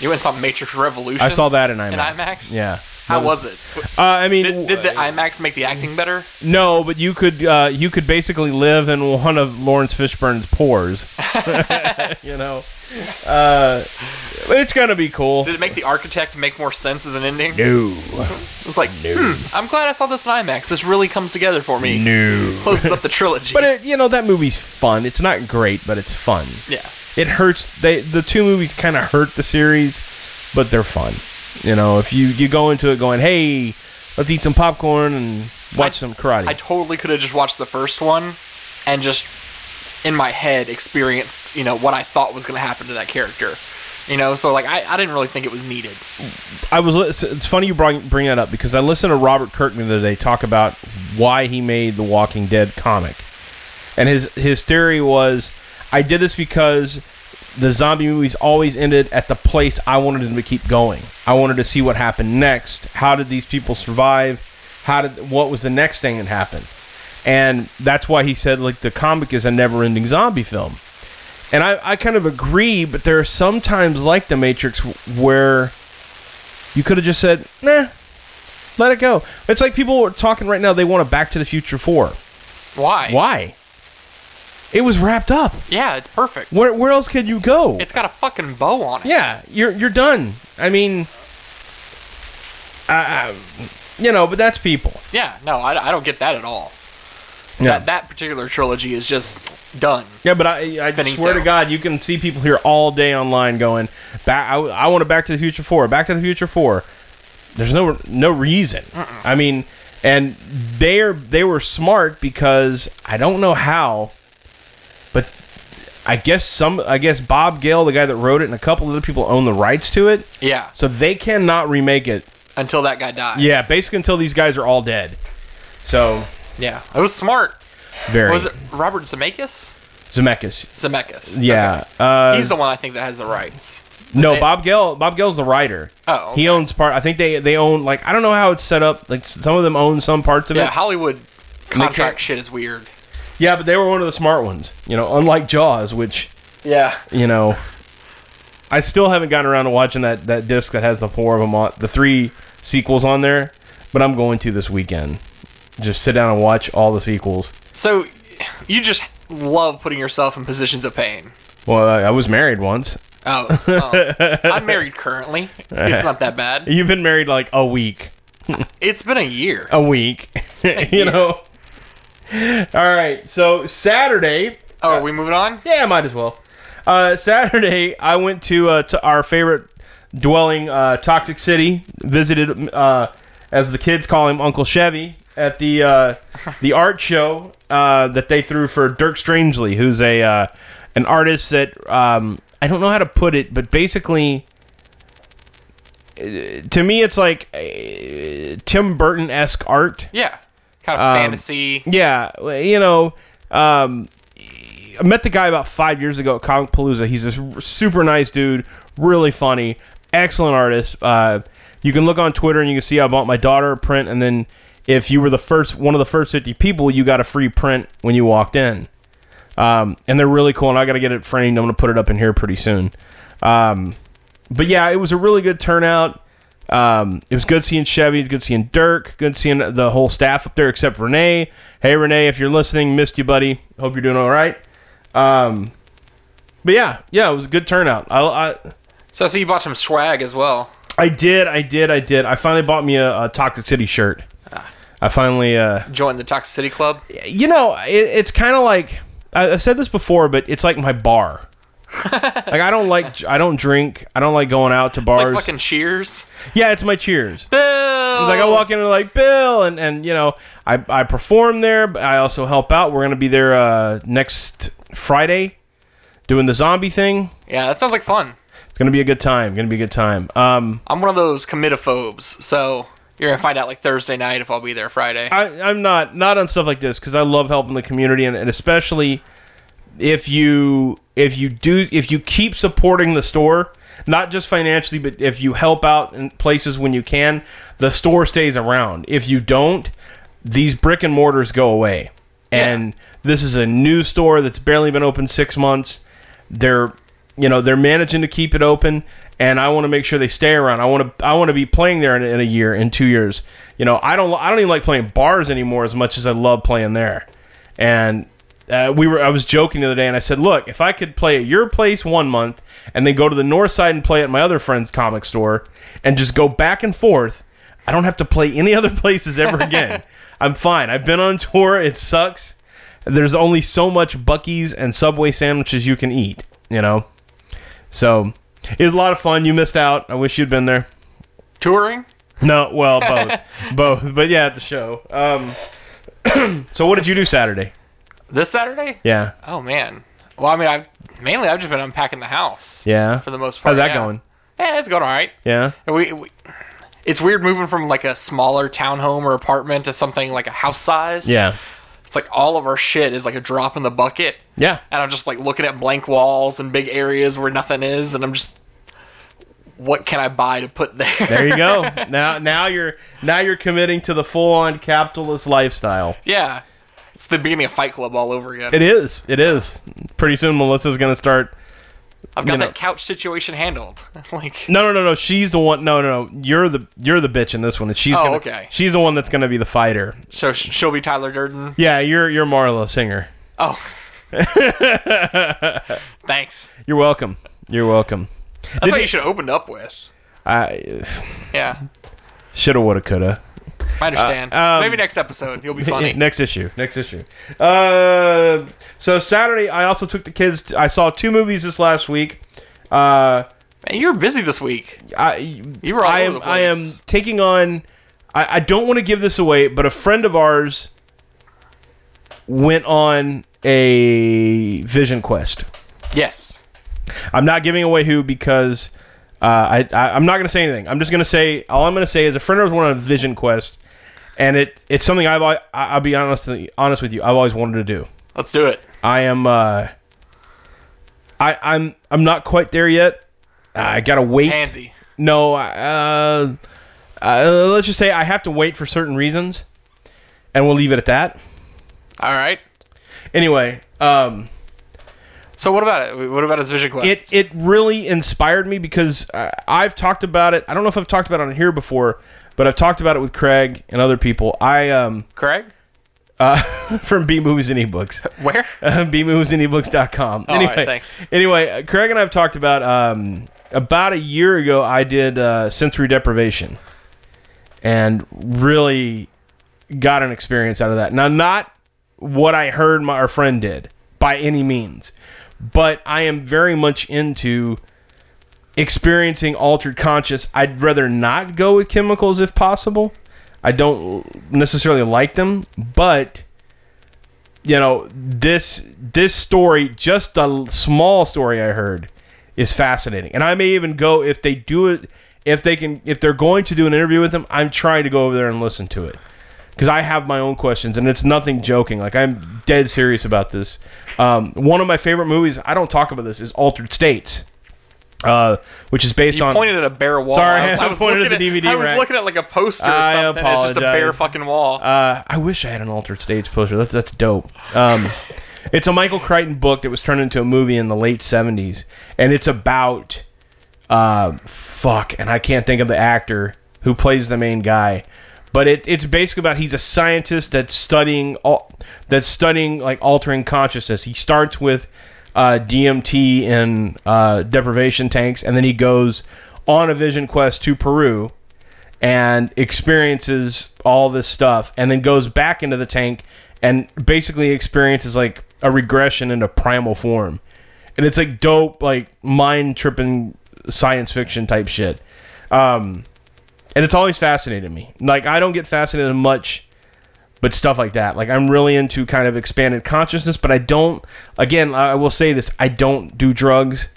Speaker 3: You went and saw Matrix Revolution.
Speaker 4: I saw that in IMAX.
Speaker 3: In IMAX.
Speaker 4: Yeah.
Speaker 3: How was it?
Speaker 4: Uh, I mean,
Speaker 3: Did, did the
Speaker 4: uh,
Speaker 3: IMAX make the acting better?
Speaker 4: No, but you could uh, you could basically live in one of Lawrence Fishburne's
Speaker 3: <laughs>
Speaker 4: pores. <laughs> you know, uh, it's gonna be cool.
Speaker 3: Did it make the architect make more sense as an ending?
Speaker 4: No,
Speaker 3: It's like, hmm, I'm glad I saw this in IMAX. This really comes together for me.
Speaker 4: no.
Speaker 3: Closes up the trilogy.
Speaker 4: But it, you know that movie's fun. It's not great, but it's fun.
Speaker 3: yeah.
Speaker 4: It hurts. They the two movies kind of hurt the series, but they're fun. You know, if you you go into it going, hey, let's eat some popcorn and watch
Speaker 3: I-
Speaker 4: some karate.
Speaker 3: I totally could have just watched the first one and just in my head experienced, you know, what I thought was going to happen to that character. You know, so like I, I didn't really think it was needed.
Speaker 4: I was. lis- It's funny you bring bring that up because I listened to Robert Kirkman the other day talk about why he made the Walking Dead comic, and his his theory was, I did this because the zombie movies always ended at the place I wanted them to keep going. I wanted to see what happened next. How did these people survive? How did what was the next thing that happened? And that's why he said like the comic is a never-ending zombie film. And I, I kind of agree, but there are some times like The Matrix where you could have just said, nah, let it go. It's like people are talking right now, they want a Back to the Future 4.
Speaker 3: Why?
Speaker 4: Why? It was wrapped up.
Speaker 3: Yeah, it's perfect.
Speaker 4: Where, where else could you go?
Speaker 3: It's got a fucking bow on it.
Speaker 4: yeah, you're, you're done. I mean, I, I- you know, but that's people.
Speaker 3: Yeah, no, I, I don't get that at all.
Speaker 4: Yeah.
Speaker 3: That that particular trilogy is just done.
Speaker 4: Yeah, but I, I
Speaker 3: Finito.
Speaker 4: swear to God, you can see people here all day online going back. I, I want a Back to the Future Four. Back to the Future Four. There's no no reason. I mean, and they're they were smart because I don't know how, but I guess some I guess Bob Gale, the guy that wrote it, and a couple other people own the rights to it,
Speaker 3: Yeah.
Speaker 4: so they cannot remake it.
Speaker 3: Until that guy dies.
Speaker 4: Yeah, basically until these guys are all dead. So
Speaker 3: Yeah. It was smart.
Speaker 4: very
Speaker 3: Was it Robert Zemeckis?
Speaker 4: Zemeckis.
Speaker 3: Zemeckis.
Speaker 4: Yeah,
Speaker 3: Okay.
Speaker 4: uh,
Speaker 3: He's the one I think that has the rights.
Speaker 4: No,
Speaker 3: They-
Speaker 4: Bob Gale. Bob Gale's the writer.
Speaker 3: Oh, okay.
Speaker 4: he owns part. I think they they own like I don't know how it's set up. Like s- some of them own some parts of
Speaker 3: Yeah,
Speaker 4: it.
Speaker 3: Hollywood
Speaker 4: can't-
Speaker 3: contract shit is weird.
Speaker 4: Yeah, but they were one of the smart ones. You know, unlike Jaws, which
Speaker 3: Yeah.
Speaker 4: you
Speaker 3: <laughs>
Speaker 4: know, I still haven't gotten around to watching that that disc that has the four of them on the three sequels on there. But I'm going to this weekend. Just sit down and watch all the sequels.
Speaker 3: So you just love putting yourself in positions of pain.
Speaker 4: Well, I, I was married once.
Speaker 3: Oh,
Speaker 4: <laughs>
Speaker 3: oh. I'm married currently. It's not that bad.
Speaker 4: You've been married like a week.
Speaker 3: It's been a year.
Speaker 4: A
Speaker 3: <laughs>
Speaker 4: week. <laughs> you know. All right. So Saturday.
Speaker 3: Oh, are we moving on?
Speaker 4: Yeah, might as well. Uh, Saturday, I went to, uh, to our favorite dwelling, uh, Toxic City. Visited, uh, as the kids call him, Uncle Chevy at the uh, the art show uh, that they threw for Dirk Strangely, who's a uh, an artist that um, I don't know how to put it, but basically. uh, To me, it's like uh, Tim Burton esque art.
Speaker 3: Yeah. Kind of
Speaker 4: Um,
Speaker 3: fantasy.
Speaker 4: Yeah, well, you know, um, I met the guy about five years ago at Comic Palooza. He's this r- super nice dude, really funny, excellent artist. Uh, you can look on Twitter and you can see I bought my daughter a print, and then if you were the first one of the first fifty people, you got a free print when you walked in. Um, and they're really cool, and I got to get it framed. I'm gonna put it up in here pretty soon. Um, but yeah, it was a really good turnout. Um, it was good seeing Chevy, good seeing Dirk, good seeing the whole staff up there except Renee. Hey Renee, if you're listening, missed you, buddy. Hope you're doing all right. Um, but yeah, yeah, it was a good turnout. I, I,
Speaker 3: So I see you bought some swag as well.
Speaker 4: I did, I did, I did. I finally bought me a, a Toxic City shirt. I finally, uh,
Speaker 3: Join the Toxic City Club.
Speaker 4: you know, it, it's kind of like I, I said this before, but it's like my
Speaker 3: <laughs>
Speaker 4: bar. like I don't like, I don't drink, I don't like going out to
Speaker 3: It's like
Speaker 4: bars.
Speaker 3: fucking Cheers.
Speaker 4: yeah, it's my cheers.
Speaker 3: Bill.
Speaker 4: Like I
Speaker 3: Oh.
Speaker 4: walk in and like Bill, and and you know I I perform there, but I also help out. We're gonna be there uh, next Friday, doing the zombie thing.
Speaker 3: Yeah, that sounds like fun.
Speaker 4: It's gonna be a good time. Gonna be a good time. Um,
Speaker 3: I'm one of those committophobes, so you're gonna find out like Thursday night if I'll be there Friday.
Speaker 4: I, I'm not not on stuff like this because I love helping the community, and, and especially if you if you do if you keep supporting the store, not just financially, but if you help out in places when you can, the store stays around. If you don't, these brick and mortars go away, and this is a new store that's barely been open six months. They're you know they're managing to keep it open and i want to make sure they stay around i want to i want to be playing there in, in a year in two years you know i don't i don't even like playing bars anymore as much as i love playing there and uh, we were i was joking the other day and i said look if i could play at your place one month and then go to the north side and play at my other friend's comic store and just go back and forth i don't have to play any <laughs> other places ever again i'm fine i've been on tour it sucks there's only so much bucky's and subway sandwiches you can eat you know so it was a lot of fun. You missed out. I wish you'd been there.
Speaker 3: Touring?
Speaker 4: No, well, <laughs> both, both, but yeah, at the show. Um, <clears throat> so what did you do Saturday?
Speaker 3: This Saturday?
Speaker 4: Yeah,
Speaker 3: Oh man. Well, I mean, I mainly I've just been unpacking the house.
Speaker 4: yeah.
Speaker 3: For the most
Speaker 4: How's
Speaker 3: part.
Speaker 4: that
Speaker 3: yeah.
Speaker 4: going?
Speaker 3: Yeah, it's going all right.
Speaker 4: Yeah,
Speaker 3: And We, we, it's weird moving from like a smaller townhome or apartment to something like a house size.
Speaker 4: yeah,
Speaker 3: It's like all of our shit is like a drop in the bucket.
Speaker 4: yeah.
Speaker 3: And I'm just like looking at blank walls and big areas where nothing is. And I'm just, what can I buy to put there? <laughs>
Speaker 4: There you go. now, now you're now you're committing to the full-on capitalist lifestyle.
Speaker 3: yeah. It's the beginning of Fight Club all over again.
Speaker 4: It is. It is. Pretty soon, Melissa's gonna start.
Speaker 3: I've got
Speaker 4: you know-
Speaker 3: that couch situation handled. <laughs> like,
Speaker 4: No, no, no, no. She's the one. No, no, no. You're the you're the bitch in this one. And she's
Speaker 3: Oh,
Speaker 4: gonna,
Speaker 3: okay.
Speaker 4: She's the one that's gonna be the fighter.
Speaker 3: so sh- she'll be Tyler Durden.
Speaker 4: Yeah, you're you're Marlo Singer.
Speaker 3: Oh.
Speaker 4: <laughs>
Speaker 3: Thanks.
Speaker 4: You're welcome. You're welcome.
Speaker 3: That's what you should have opened up with.
Speaker 4: I
Speaker 3: Yeah.
Speaker 4: shoulda, woulda, coulda.
Speaker 3: I understand.
Speaker 4: um,
Speaker 3: Maybe next
Speaker 4: <laughs>
Speaker 3: episode. You'll be
Speaker 4: Yeah,
Speaker 3: funny.
Speaker 4: Next issue. Next issue. Uh, so Saturday, I also took the kids. t- I saw two movies this last week. Uh,
Speaker 3: Man, you were busy this week.
Speaker 4: I
Speaker 3: You were all
Speaker 4: I
Speaker 3: over
Speaker 4: am
Speaker 3: the
Speaker 4: I am
Speaker 3: place.
Speaker 4: taking on. I, I don't want to give this away, but a friend of ours went on a vision quest.
Speaker 3: Yes.
Speaker 4: I'm not giving away who because uh, I, I I'm not gonna say anything. I'm just gonna say all I'm gonna say is a friend of ours went on a vision quest, and it it's something I've al- I- I'll be honest honest with you. I've always wanted to do.
Speaker 3: Let's do it.
Speaker 4: I am uh, I I'm I'm not quite there yet. I gotta wait.
Speaker 3: Pansy.
Speaker 4: No, uh, uh, let's just say I have to wait for certain reasons, and we'll leave it at that.
Speaker 3: All right.
Speaker 4: Anyway, um,
Speaker 3: So what about it? What about his vision quest?
Speaker 4: it it really inspired me because uh, I've talked about it. I don't know if I've talked about it on here before, but I've talked about it with Craig and other people. I um <laughs>
Speaker 3: Craig?
Speaker 4: from B movies and ebooks, <laughs>
Speaker 3: Where?
Speaker 4: B movies and ebooks.com.
Speaker 3: right,
Speaker 4: anyway,
Speaker 3: thanks.
Speaker 4: Anyway, uh, Craig and I have talked about um about a year ago. I did uh, sensory deprivation, and really got an experience out of that. Now, not what I heard my our friend did by any means, but I am very much into experiencing altered conscious. I'd rather not go with chemicals if possible. I don't necessarily like them, but you know this this story, just the l- small story I heard, is fascinating, and I may even go if they do it. If they can, if they're going to do an interview with them, I'm trying to go over there and listen to it because I have my own questions, and it's nothing joking. Like I'm dead serious about this. Um, one of my favorite movies, I don't talk about this, is Altered States, uh, which is based
Speaker 3: You
Speaker 4: on.
Speaker 3: pointed at a bare wall.
Speaker 4: Sorry,
Speaker 3: I
Speaker 4: <laughs>
Speaker 3: was,
Speaker 4: I pointed
Speaker 3: looking
Speaker 4: at the DVD
Speaker 3: I was
Speaker 4: rack.
Speaker 3: looking at like a poster or
Speaker 4: I
Speaker 3: something. It's just a bare
Speaker 4: apologize.
Speaker 3: fucking wall.
Speaker 4: uh, I wish I had an Altered States poster. That's that's dope. Um, <laughs> it's a Michael Crichton book that was turned into a movie in the late '70s, and it's about uh, fuck, and I can't think of the actor who plays the main guy, but it, it's basically about he's a scientist that's studying all that's studying like altering consciousness. He starts with uh, DMT in uh, deprivation tanks, and then he goes on a vision quest to Peru and experiences all this stuff, and then goes back into the tank and basically experiences like a regression into primal form and it's like dope, like mind tripping science fiction type shit. Um, and it's always fascinated me. Like I don't get fascinated much, but stuff like that. Like I'm really into kind of expanded consciousness, but I don't. Again, I I will say this: I don't do drugs.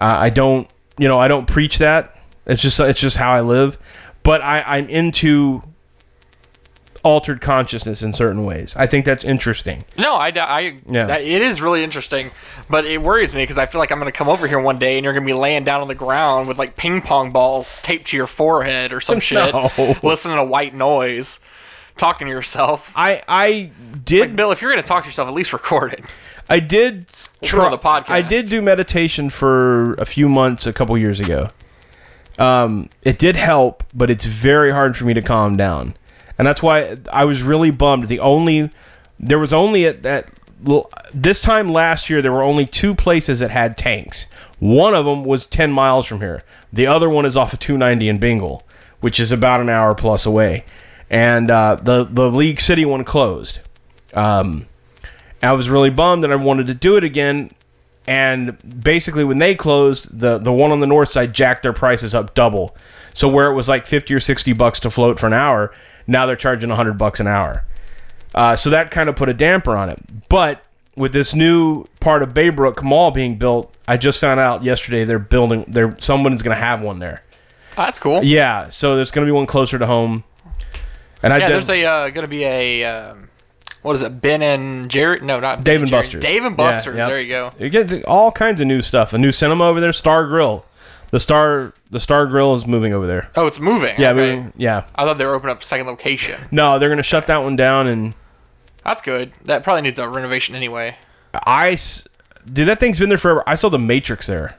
Speaker 4: Uh, I don't you know, I don't preach that. It's just it's just how I live. But I, I'm into altered consciousness in certain ways. I think that's interesting.
Speaker 3: No, I, I
Speaker 4: Yeah.
Speaker 3: that- it is really interesting, but it worries me because I feel like I'm going to come over here one day and you're going to be laying down on the ground with like ping pong balls taped to your forehead or some
Speaker 4: <laughs>
Speaker 3: shit,
Speaker 4: No.
Speaker 3: listening to white noise, talking to yourself.
Speaker 4: I I did
Speaker 3: Like, Bill, if you're going to talk to yourself, at least record it.
Speaker 4: I did
Speaker 3: put it
Speaker 4: try
Speaker 3: on the podcast.
Speaker 4: I did do meditation for a few months a couple years ago. Um, it did help, but it's very hard for me to calm down, and that's why I was really bummed. The only there was only at that this time last year there were only two places that had tanks. One of them was ten miles from here. The other one is off of 290 in Bingle, which is about an hour plus away, and uh, the the League City one closed. Um, I was really bummed that I wanted to do it again. And basically, when they closed, the the one on the north side jacked their prices up double. So where it was like fifty or sixty bucks to float for an hour, now they're charging hundred bucks an hour. Uh, so that kind of put a damper on it. But with this new part of Baybrook Mall being built, I just found out yesterday they're building. They're someone's going to have one there.
Speaker 3: Oh, that's cool. Yeah,
Speaker 4: Yeah, so there's going to be one closer to home. And I did,
Speaker 3: there's a uh, going to be a um, what is it? Ben and Jared? No, not Ben
Speaker 4: Dave and
Speaker 3: Jerry.
Speaker 4: Buster's.
Speaker 3: Dave and
Speaker 4: Yeah,
Speaker 3: Buster's.
Speaker 4: yeah.
Speaker 3: There you go.
Speaker 4: You get all kinds of new stuff. A new cinema over there, Star Grill. The Star the Star Grill is moving over there.
Speaker 3: Oh, it's moving.
Speaker 4: Yeah,
Speaker 3: okay.
Speaker 4: moving, yeah.
Speaker 3: I thought they were opening up a second location.
Speaker 4: No, they're gonna shut that one down, and
Speaker 3: That's good. That probably needs a renovation anyway.
Speaker 4: I s- dude, that thing's been there forever. I saw the Matrix there.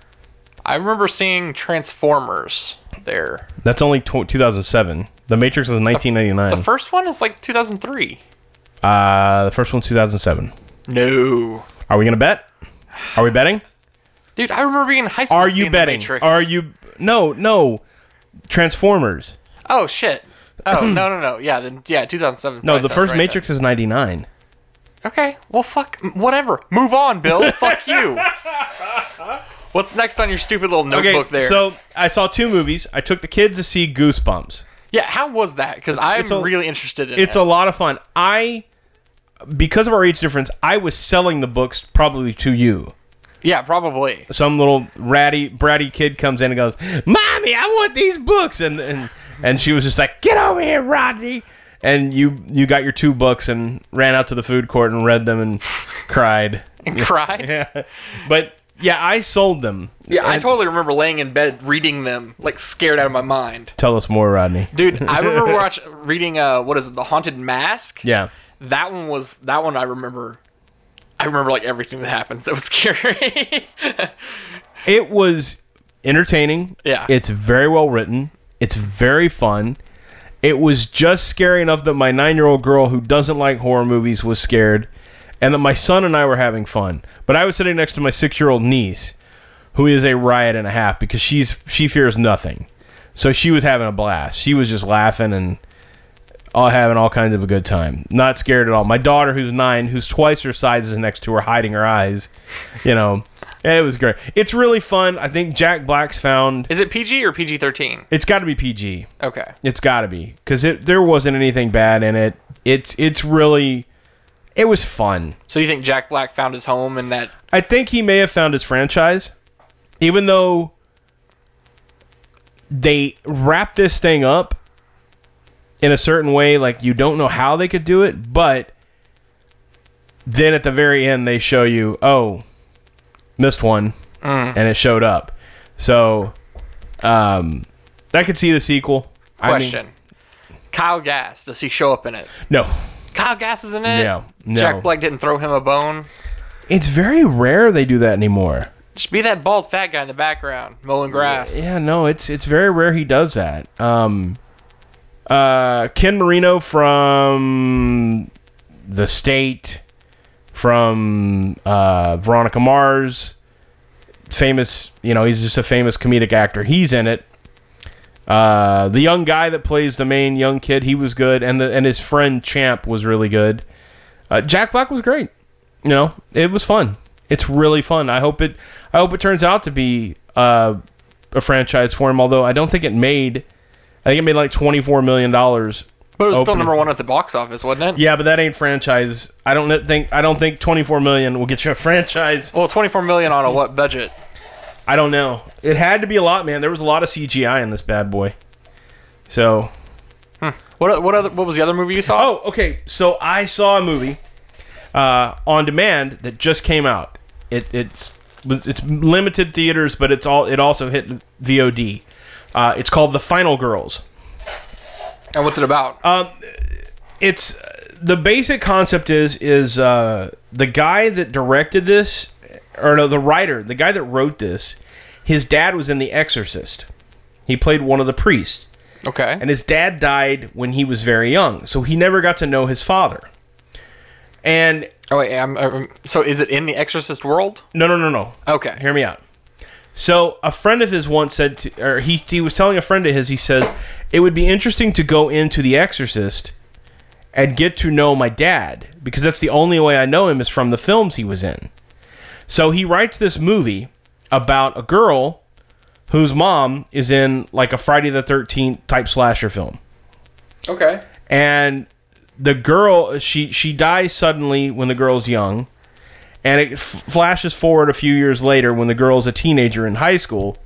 Speaker 3: I remember seeing Transformers there.
Speaker 4: That's only tw 2007. The Matrix was
Speaker 3: The
Speaker 4: 1999.
Speaker 3: first one is like 2003.
Speaker 4: uh, the first one's 2007.
Speaker 3: No.
Speaker 4: Are we gonna bet? Are we betting?
Speaker 3: Dude, I remember being in high school.
Speaker 4: Are
Speaker 3: and seeing
Speaker 4: you
Speaker 3: The
Speaker 4: betting?
Speaker 3: Matrix.
Speaker 4: Are you? No, no. Transformers.
Speaker 3: Oh, shit.
Speaker 4: <clears throat>
Speaker 3: Oh, no, no, no. Yeah, then, yeah, 2007.
Speaker 4: No,
Speaker 3: probably
Speaker 4: the
Speaker 3: sounds
Speaker 4: first
Speaker 3: right
Speaker 4: Matrix is 99.
Speaker 3: then. Okay. Well, fuck. m- Whatever. Move
Speaker 4: <laughs>
Speaker 3: on, Bill. fuck you. What's next on your stupid little
Speaker 4: Okay,
Speaker 3: notebook there?
Speaker 4: so I saw two movies. I took the kids to see Goosebumps.
Speaker 3: yeah, how was that? Because I'm
Speaker 4: a-
Speaker 3: really interested in
Speaker 4: it's
Speaker 3: it.
Speaker 4: a lot of fun. I because of our age difference, I was selling the books probably to you.
Speaker 3: yeah, probably.
Speaker 4: Some little ratty bratty kid comes in and goes, "Mommy, I want these books," and and and she was just like, "Get over here, Rodney." And you you got your two books and ran out to the food court and read them and cried.
Speaker 3: And <laughs> cried.
Speaker 4: <laughs> Yeah, but yeah, I sold them.
Speaker 3: Yeah, I
Speaker 4: And-
Speaker 3: totally remember laying in bed reading them, like scared out of my mind.
Speaker 4: Tell us more, Rodney.
Speaker 3: Dude, I
Speaker 4: <laughs>
Speaker 3: remember watch reading uh what is it, The Haunted Mask?
Speaker 4: Yeah.
Speaker 3: That one was that one I remember I remember like everything that happens that was <laughs> scary.
Speaker 4: It was entertaining.
Speaker 3: Yeah.
Speaker 4: It's very well written. It's very fun. It was just scary enough that my nine year old girl who doesn't like horror movies was scared and that my son and I were having fun. But I was sitting next to my six year old niece, who is a riot and a half because she's she fears nothing. So she was having a blast. She was just laughing and all having all kinds of a good time. Not scared at all. My daughter, who's nine, who's twice her size, is next to her, hiding her eyes. You know, it was great. It's really fun. I think Jack Black's found.
Speaker 3: Is it PG or PG thirteen?
Speaker 4: It's got to be PG.
Speaker 3: Okay.
Speaker 4: It's got to be because it there wasn't anything bad in it. It's it's really, it was fun.
Speaker 3: So you think Jack Black found his home and that
Speaker 4: I think he may have found his franchise, even though they wrap this thing up in a certain way. Like you don't know how they could do it, but then at the very end they show you, oh, missed one, and it showed up. So, um, I could see the sequel. I mean-
Speaker 3: question? Kyle Gass, does he show up in it?
Speaker 4: no,
Speaker 3: Kyle Gass is in it?
Speaker 4: No, no.
Speaker 3: Jack Black didn't throw him a bone.
Speaker 4: it's very rare they do that anymore.
Speaker 3: Just be that bald fat guy in the background, mowing grass.
Speaker 4: Yeah, no, it's it's very rare he does that. Um, uh, Ken Marino from the state, from uh, Veronica Mars, famous. You know, he's just a famous comedic actor. He's in it. Uh, the young guy that plays the main young kid, he was good, and the and his friend Champ was really good. Uh, Jack Black was great. You know, it was fun. It's really fun. I hope it. I hope it turns out to be uh, a franchise for him. Although I don't think it made. I think it made like twenty four million dollars.
Speaker 3: But it was still
Speaker 4: Opening.
Speaker 3: number one at the box office, wasn't it?
Speaker 4: Yeah, but that ain't franchise. I don't think. I don't think twenty four million will get you a <laughs> franchise.
Speaker 3: Well, 24 million on a what budget?
Speaker 4: I don't know. It had to be a lot, man. There was a lot of CGI in this bad boy. So,
Speaker 3: What what other, what was the other movie you saw?
Speaker 4: oh, okay. So I saw a movie uh, on demand that just came out. It it's was- it's limited theaters, but it's all it also hit VOD. Uh, it's called The Final Girls.
Speaker 3: and what's it about?
Speaker 4: Uh, it's uh, the basic concept is is uh, the guy that directed this or no the writer the guy that wrote this his dad was in the exorcist he played one of the priests
Speaker 3: okay,
Speaker 4: and his dad died when he was very young so he never got to know his father and
Speaker 3: Oh wait, I'm, i so is it in the Exorcist world?
Speaker 4: no no no no
Speaker 3: Okay.
Speaker 4: hear me out so a friend of his once said to, or he, he was telling a friend of his he says it would be interesting to go into the exorcist and get to know my dad because that's the only way I know him is from the films he was in. So he writes this movie about a girl whose mom is in like a Friday the 13th type slasher film.
Speaker 3: Okay.
Speaker 4: And the girl she she dies suddenly when the girl's young and it f- flashes forward a few years later when the girl's a teenager in high school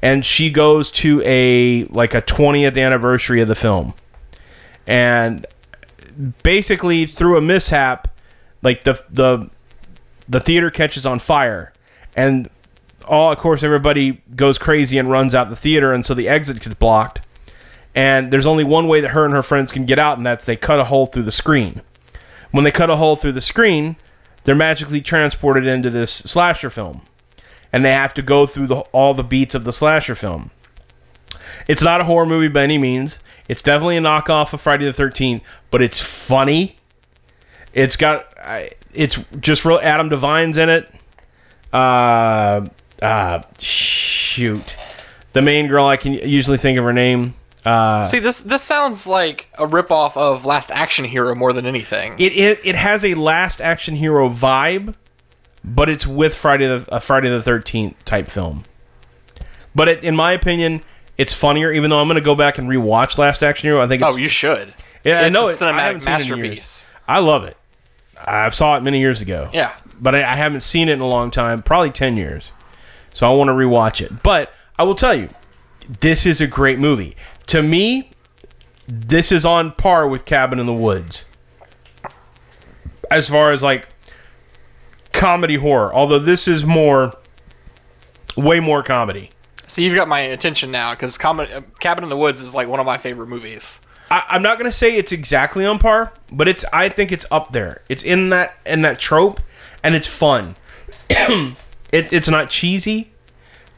Speaker 4: and she goes to a like a 20th anniversary of the film. And basically through a mishap, like the the the theater catches on fire, and all of course everybody goes crazy and runs out the theater, and so the exit gets blocked. And there's only one way that her and her friends can get out, and that's they cut a hole through the screen. When they cut a hole through the screen, they're magically transported into this slasher film, and they have to go through the, all the beats of the slasher film. It's not a horror movie by any means. It's definitely a knockoff of Friday the Thirteenth, but it's funny. It's got I- it's just real Adam Devine's in it. Uh, uh, shoot, the main girl I can usually think of her name. Uh,
Speaker 3: See this this sounds like a ripoff of Last Action Hero more than anything.
Speaker 4: it, it it has a Last Action Hero vibe, but it's with Friday the a Friday the Thirteenth type film. But it, in my opinion, it's funnier. Even though I'm going to go back and rewatch Last Action Hero, I think it's,
Speaker 3: oh, you should.
Speaker 4: Yeah,
Speaker 3: it's
Speaker 4: I know
Speaker 3: a
Speaker 4: it. I haven't
Speaker 3: cinematic
Speaker 4: seen it in years.
Speaker 3: masterpiece.
Speaker 4: I love it. I saw it many years ago.
Speaker 3: Yeah.
Speaker 4: But I, I haven't seen it in a long time, probably 10 years. So I want to rewatch it. But I will tell you, this is a great movie. To me, this is on par with Cabin in the Woods. As far as like comedy horror, although this is more, way more comedy.
Speaker 3: So you've got my attention now because Cabin in the Woods is like one of my favorite movies.
Speaker 4: I, I'm not gonna say it's exactly on par, but it's I think it's up there. It's in that in that trope, and it's fun. <clears throat> it, it's not cheesy.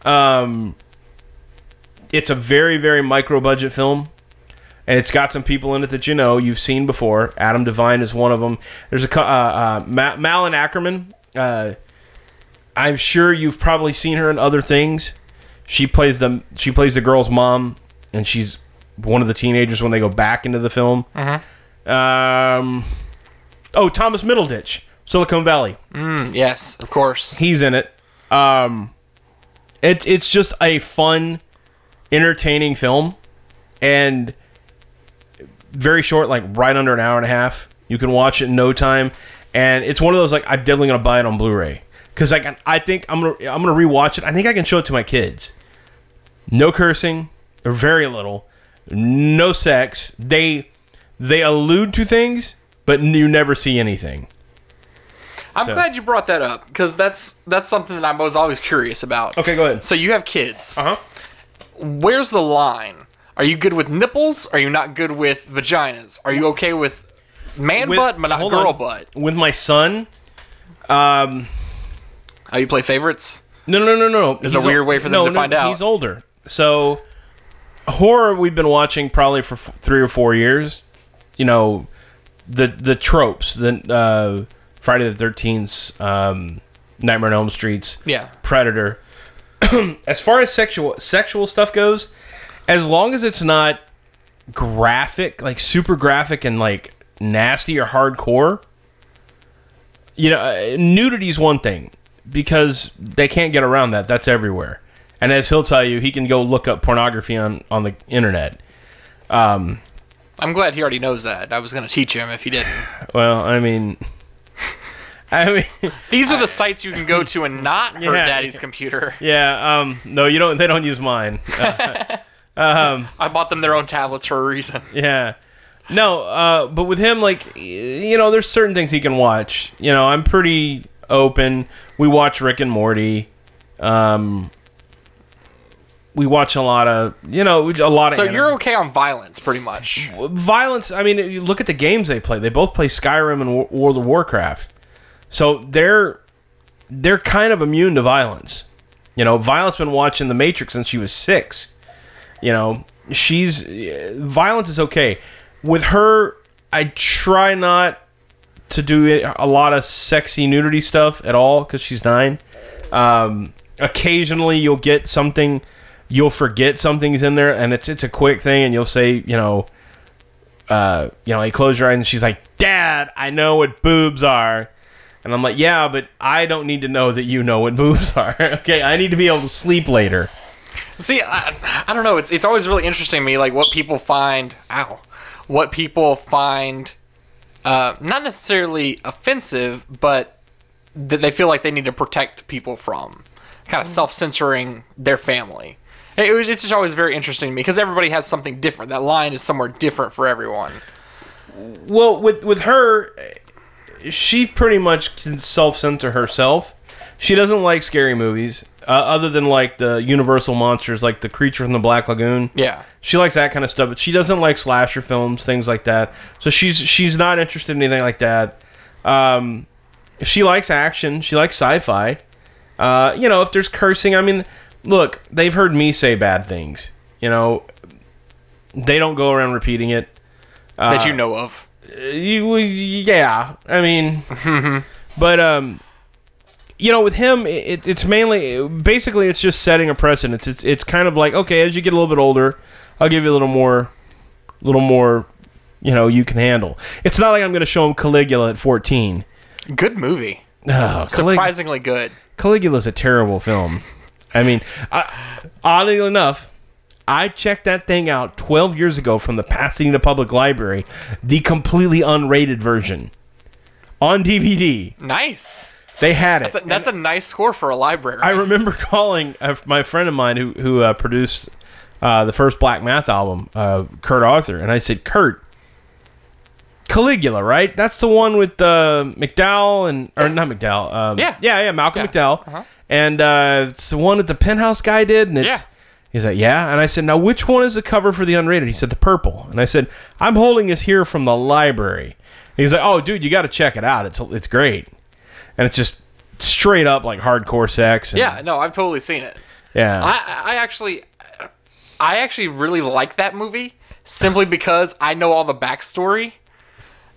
Speaker 4: Um, it's a very very micro budget film, and it's got some people in it that you know you've seen before. Adam Devine is one of them. There's a cou- uh, uh, Ma- Malin Ackerman. Uh, I'm sure you've probably seen her in other things. She plays the she plays the girl's mom, and she's one of the teenagers when they go back into the film. Um, oh, Thomas Middleditch, Silicon Valley.
Speaker 3: Mm, yes, of course.
Speaker 4: He's in it. Um, it's it's just a fun, entertaining film, and very short, like right under an hour and a half. You can watch it in no time, and it's one of those like I'm definitely gonna buy it on Blu-ray because I can, I think I'm gonna I'm gonna rewatch it. I think I can show it to my kids. No cursing, or very little. No sex. They they allude to things, but you never see anything.
Speaker 3: I'm glad you brought that up because that's that's something that I was always curious about.
Speaker 4: Okay, go ahead.
Speaker 3: So you have kids.
Speaker 4: Uh huh.
Speaker 3: Where's the line? Are you good with nipples? Are you not good with vaginas? Are you okay with man
Speaker 4: With-
Speaker 3: butt but not
Speaker 4: hold
Speaker 3: girl
Speaker 4: on.
Speaker 3: butt?
Speaker 4: With my son,
Speaker 3: Oh, you play favorites?
Speaker 4: No, no, no, no. There's
Speaker 3: a weird way for them to find out.
Speaker 4: He's older. So, horror we've been watching probably for f- three or four years. You know, the the tropes, the uh, Friday the Thirteenth, um, Nightmare on Elm Streets,
Speaker 3: Yeah.
Speaker 4: Predator. <clears throat> as far as sexual sexual stuff goes, as long as it's not graphic, like super graphic and like nasty or hardcore, you know, uh, nudity's one thing because they can't get around that. That's everywhere. And as he'll tell you, he can go look up pornography on, on the internet.
Speaker 3: I'm glad he already knows that. I was going to teach him if he didn't.
Speaker 4: Well, I mean, <laughs> I mean, <laughs>
Speaker 3: These are the sites you can go to and not hurt
Speaker 4: Yeah.
Speaker 3: daddy's computer.
Speaker 4: yeah. Um, no, you don't. They don't use mine.
Speaker 3: I bought them their own tablets for a reason.
Speaker 4: <laughs> Yeah. No, uh, but with him, like, y- you know, there's certain things he can watch. You know, I'm pretty open. We watch Rick and Morty. Um, we watch a lot of, you know, we- a lot
Speaker 3: So
Speaker 4: of.
Speaker 3: you're okay on violence, pretty much.
Speaker 4: violence. I mean, you look at the games they play. They both play Skyrim and Wo- World of Warcraft, so they're they're kind of immune to violence. You know, Violet's been watching The Matrix since she was six. You know, she's eh, violence is okay with her. I try not to do it- a lot of sexy nudity stuff at all because she's nine. Um, occasionally, you'll get something, you'll forget something's in there, and it's it's a quick thing, and you'll say, you know, uh, you know, hey, close your eyes, and she's like, Dad, I know what boobs are. And I'm like, yeah, but I don't need to know that you know what <laughs> boobs are. okay, I need to be able to sleep later.
Speaker 3: See, I, I don't know. It's it's always really interesting to me, like what people find. Ow, what people find, uh, not necessarily offensive, but that they feel like they need to protect people from, kind of self censoring their family. It was, it's just always very interesting to me because everybody has something different. That line is somewhere different for everyone.
Speaker 4: Well, with with her, she pretty much can self censor herself. She doesn't like scary movies, uh, other than like the Universal monsters, like the creature from the Black Lagoon.
Speaker 3: Yeah.
Speaker 4: she likes that kind of stuff, but she doesn't like slasher films, things like that. So she's she's not interested in anything like that. Um, she likes action. She likes sci-fi. Uh, you know, if there's cursing, I mean, look, they've heard me say bad things. You know, they don't go around repeating it.
Speaker 3: that you know of.
Speaker 4: You, well, yeah, I mean, but um, you know, with him, it, it's mainly, basically, it's just setting a precedence. It's it's kind of like okay, as you get a little bit older, I'll give you a little more, little more, you know, you can handle. It's not like I'm going to show him Caligula at 14.
Speaker 3: Good movie.
Speaker 4: <sighs> Oh, Calig-
Speaker 3: Surprisingly good.
Speaker 4: Caligula's a terrible film. I mean, I, oddly enough, I checked that thing out 12 years ago from the Pasadena Public Library, the completely unrated version on DVD.
Speaker 3: Nice.
Speaker 4: They had it.
Speaker 3: That's a, that's a nice score for a library.
Speaker 4: I remember <laughs> calling uh, my friend of mine who who uh, produced uh, the first Black Math album, uh, Kurt Arthur, and I said, "Kurt, Caligula, right? That's the one with uh, McDowell and or not McDowell? Um,
Speaker 3: Yeah.
Speaker 4: yeah, yeah, Malcolm
Speaker 3: Yeah.
Speaker 4: McDowell,
Speaker 3: Uh-huh.
Speaker 4: and uh, it's the one that the Penthouse guy did, and it's."
Speaker 3: Yeah.
Speaker 4: He's like, yeah, and I said, now which one is the cover for the unrated? He said, the purple, and I said, I'm holding this here from the library. He's like, oh, dude, you got to check it out. It's it's great, and it's just straight up like hardcore sex. And,
Speaker 3: yeah, no, I've totally seen it.
Speaker 4: yeah.
Speaker 3: I, I actually, I actually really like that movie simply because I know all the backstory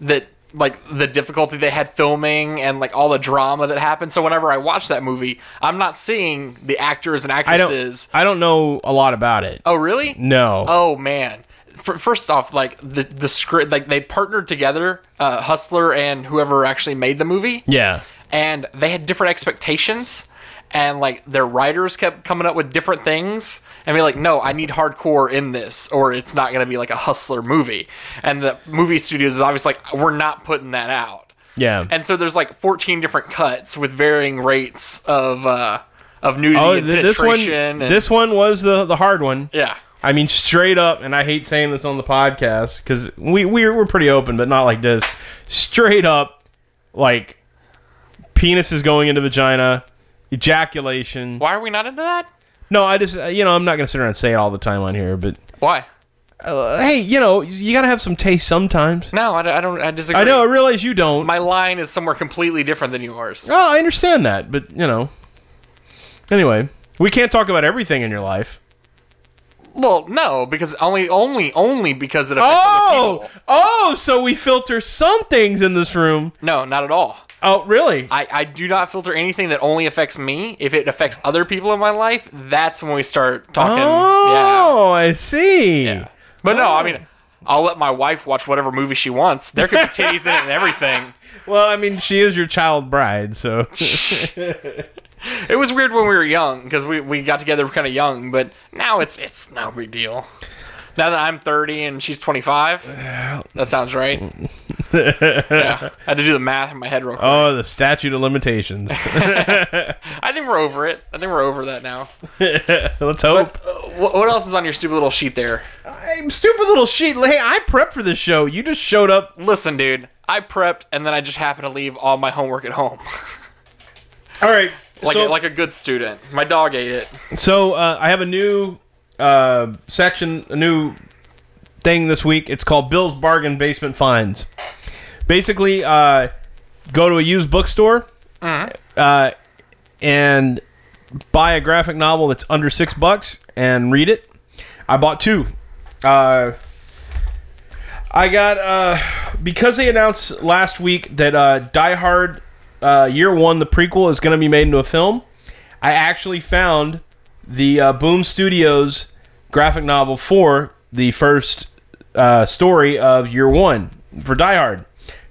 Speaker 3: that like the difficulty they had filming and like all the drama that happened. So whenever I watch that movie, I'm not seeing the actors and
Speaker 4: I don't.
Speaker 3: actresses.
Speaker 4: I don't know a lot about it.
Speaker 3: Oh, really?
Speaker 4: No.
Speaker 3: Oh man. F- First off, like the the script, like they partnered together, uh, Hustler and whoever actually made the movie.
Speaker 4: Yeah.
Speaker 3: and they had different expectations and like their writers kept coming up with different things and be like no i need hardcore in this or it's not going to be like a hustler movie and the movie studios is obviously like we're not putting that out
Speaker 4: Yeah.
Speaker 3: and so there's like 14 different cuts with varying rates of uh of nudity
Speaker 4: oh,
Speaker 3: and
Speaker 4: th- this one.
Speaker 3: penetration and,
Speaker 4: This one was the the hard one.
Speaker 3: yeah
Speaker 4: I mean, straight up, and I hate saying this on the podcast because we we're, we're pretty open, but not like this. Straight up, like penis is going into vagina, ejaculation.
Speaker 3: why are we not into that
Speaker 4: No, I just uh, you know I'm not gonna sit around and say it all the time on here, but
Speaker 3: why
Speaker 4: uh, hey, you know you gotta have some taste sometimes.
Speaker 3: no i, don't- I don't i disagree
Speaker 4: I know. I realize you don't.
Speaker 3: my line is somewhere completely different than yours
Speaker 4: Oh, I understand that, but you know. Anyway, we can't talk about everything in your life.
Speaker 3: well no because only only only because it affects other
Speaker 4: Oh,
Speaker 3: people
Speaker 4: oh, so we filter some things in this room.
Speaker 3: no not at all
Speaker 4: Oh, really?
Speaker 3: I, I do not filter anything that only affects me. If it affects other people in my life, that's when we start talking.
Speaker 4: Oh, I see.
Speaker 3: Yeah. But no, I mean, I'll let my wife watch whatever movie she wants. There could be titties in it
Speaker 4: <laughs>
Speaker 3: and everything.
Speaker 4: Well, I mean, she is your child bride,
Speaker 3: <laughs>
Speaker 4: so
Speaker 3: It was weird when we were young because we, we got together kind of young, but now it's it's
Speaker 4: <laughs>
Speaker 3: no big deal. Now that I'm 30 and she's 25, that sounds right. yeah. I had to do the math in my head real quick.
Speaker 4: Oh, the statute of
Speaker 3: <laughs>
Speaker 4: limitations.
Speaker 3: I think we're over it. I think we're over that now.
Speaker 4: Let's hope.
Speaker 3: But, uh, what, what else is on your stupid little sheet there?
Speaker 4: I'm stupid little sheet. Hey, I prepped for this show. You just showed up.
Speaker 3: Listen, dude, I prepped and then I just happened to leave all my homework at home. <laughs>
Speaker 4: All right.
Speaker 3: like,
Speaker 4: so,
Speaker 3: a, like a good student. My dog ate it.
Speaker 4: so uh, I have a new uh, section, a new thing this week. It's called Bill's Bargain Basement Finds. Basically, uh, go to a used bookstore uh, and buy a graphic novel that's under six bucks and read it. I bought two. Uh, I got uh, because they announced last week that uh, Die Hard uh, Year One, the prequel, is going to be made into a film. I actually found the uh, Boom Studios graphic novel for the first uh, story of Year One for Die Hard.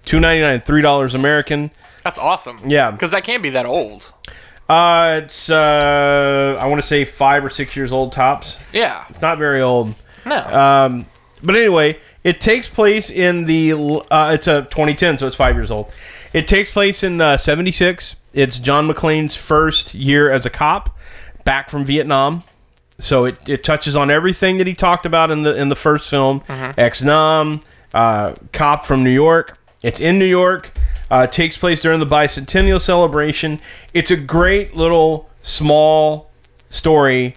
Speaker 4: Two ninety nine, three dollars American.
Speaker 3: That's awesome.
Speaker 4: Yeah.
Speaker 3: Because that can't be that old.
Speaker 4: Uh, it's uh, I want to say five or six years old tops.
Speaker 3: Yeah.
Speaker 4: It's not very old.
Speaker 3: No.
Speaker 4: Um, but anyway, it takes place in the. Uh, it's a 2010, so it's five years old. It takes place in uh, 76. It's John McClane's first year as a cop, back from Vietnam. So it, it touches on everything that he talked about in the in the first film, ex Nam, uh, cop from New York. It's in New York. Uh, it takes place during the bicentennial celebration. It's a great little small story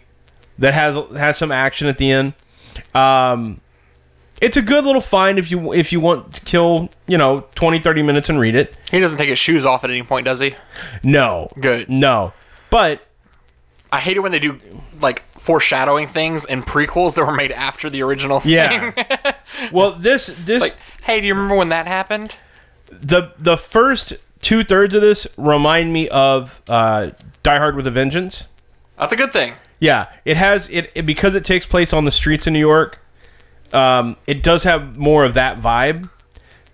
Speaker 4: that has has some action at the end. Um, it's a good little find if you if you want to kill you know 20 30 minutes and read it.
Speaker 3: he doesn't take his shoes off at any point, does he?
Speaker 4: No,
Speaker 3: Good.
Speaker 4: no, but
Speaker 3: I hate it when they do like foreshadowing things in prequels that were made after the original thing. <laughs>
Speaker 4: Yeah. well this this
Speaker 3: like, hey, do you remember when that happened?
Speaker 4: the the first two thirds of this remind me of uh, Die Hard with a Vengeance.
Speaker 3: That's a good thing.
Speaker 4: Yeah, it has it, it because it takes place on the streets in New York. Um, it does have more of that vibe.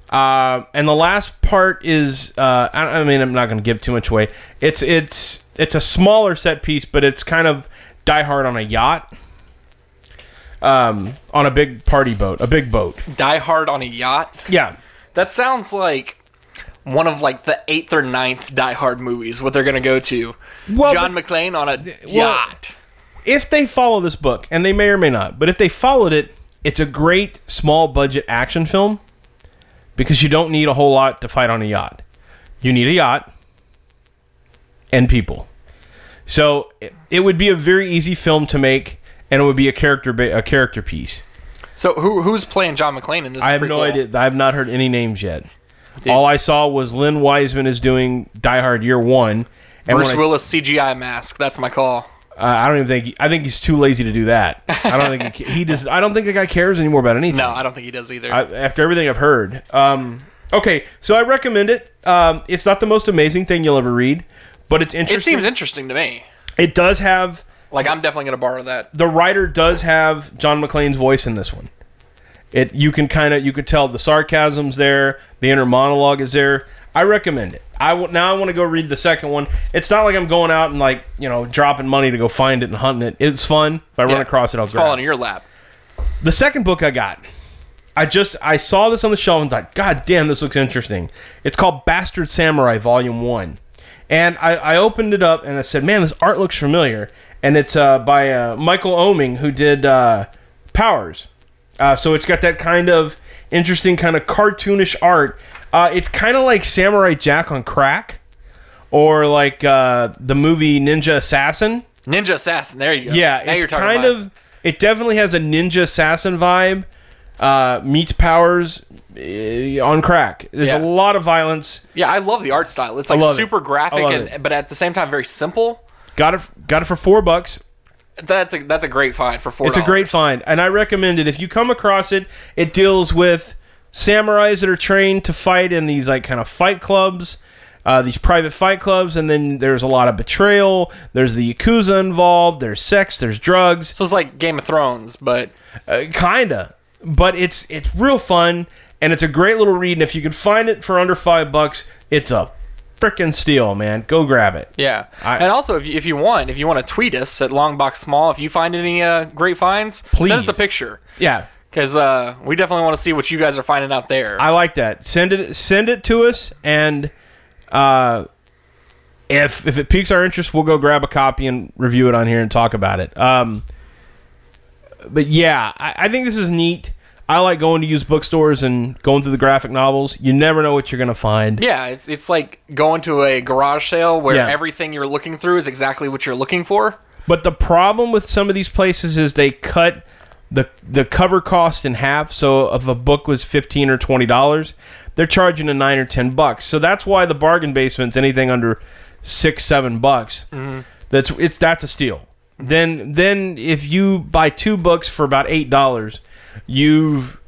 Speaker 4: Uh, and the last part is uh, I, I mean I'm not going to give too much away. It's it's it's a smaller set piece, but it's kind of Die Hard on a yacht. Um, on a big party boat, a big boat.
Speaker 3: Die Hard on a yacht.
Speaker 4: Yeah,
Speaker 3: That sounds like one of like the eighth or ninth Die Hard movies. What they're gonna go to?
Speaker 4: Well,
Speaker 3: John McClane on a yacht.
Speaker 4: if they follow this book, and they may or may not, but if they followed it, it's a great small budget action film because you don't need a whole lot to fight on a yacht. You need a yacht and people. So it, it would be a very easy film to make, and it would be a character ba- a character piece.
Speaker 3: So who who's playing John McClane in this?
Speaker 4: I have no
Speaker 3: prequel?
Speaker 4: idea. I have not heard any names yet. All I saw was Lynn Wiseman is doing Die Hard Year One. And
Speaker 3: Bruce
Speaker 4: when I-
Speaker 3: Willis CGI mask. That's my call.
Speaker 4: Uh, I don't even think. He, I think he's too lazy to do that. I don't think he, ca- he just. I don't think the guy cares anymore about anything.
Speaker 3: No, I don't think he does either.
Speaker 4: I, after everything I've heard. Um, okay, so I recommend it. Um, it's not the most amazing thing you'll ever read, but it's
Speaker 3: it
Speaker 4: interesting.
Speaker 3: seems interesting to me.
Speaker 4: it does have
Speaker 3: Like I'm definitely gonna borrow that.
Speaker 4: the writer does have John McClane's voice in this one. It you can kind of you could tell the sarcasm's there, the inner monologue is there. I recommend it. I w- now I want to go read the second one. It's not like I'm going out and like you know dropping money to go find it and hunting it. It's fun. If I run
Speaker 3: Yeah.
Speaker 4: across it, I'll
Speaker 3: It's
Speaker 4: grab. it.
Speaker 3: falling in your lap.
Speaker 4: The second book I got, I just I saw this on the shelf and thought, God damn, this looks interesting. It's called Bastard Samurai Volume One, and I, I opened it up and I said, Man, this art looks familiar. And it's uh, by uh, Michael Oming who did uh, Powers, uh, so it's got that kind of interesting kind of cartoonish art. Uh, it's kind of like Samurai Jack on crack, or like uh, the movie Ninja Assassin.
Speaker 3: Ninja Assassin. There you go.
Speaker 4: Yeah,
Speaker 3: now
Speaker 4: it's
Speaker 3: you're talking
Speaker 4: kind
Speaker 3: about it.
Speaker 4: of. It definitely has a ninja assassin vibe. Uh, meets powers eh, on crack. There's
Speaker 3: Yeah.
Speaker 4: a lot of violence.
Speaker 3: Yeah, I love the art style. It's like
Speaker 4: love it.
Speaker 3: super graphic
Speaker 4: I love
Speaker 3: and
Speaker 4: it.
Speaker 3: but at the same time very simple.
Speaker 4: Got it. Got it for four bucks.
Speaker 3: That's a that's a great find for four.
Speaker 4: It's a great find, and I recommend it. If you come across it, it deals with samurais that are trained to fight in these like kind of fight clubs, uh, these private fight clubs, and then there's a lot of betrayal. There's the yakuza involved. There's sex. There's drugs.
Speaker 3: So it's like Game of Thrones, but
Speaker 4: Uh, kinda, but it's it's real fun and it's a great little read. And if you can find it for under five bucks, it's a freaking steal, man. Go grab it.
Speaker 3: Yeah,
Speaker 4: I-
Speaker 3: and also if you, if you want, if you want to tweet us at Longbox Small, if you find any uh, great finds,
Speaker 4: Please.
Speaker 3: send us a picture
Speaker 4: Yeah,
Speaker 3: because uh, we definitely want to see what you guys are finding out there.
Speaker 4: I like that. Send it send it to us and uh if if it piques our interest, we'll go grab a copy and review it on here and talk about it. Um but yeah, I, I think this is neat. I like going to used bookstores and going through the graphic novels. You never know what you're gonna find.
Speaker 3: yeah, it's it's like going to a garage sale where
Speaker 4: Yeah.
Speaker 3: everything you're looking through is exactly what you're looking for.
Speaker 4: But the problem with some of these places is they cut the the cover cost in half. So if a book was fifteen or twenty dollars, they're charging a nine or ten bucks. So that's why the bargain basement's anything under six seven bucks. That's it's that's a steal. Then then if you buy two books for about eight dollars, you've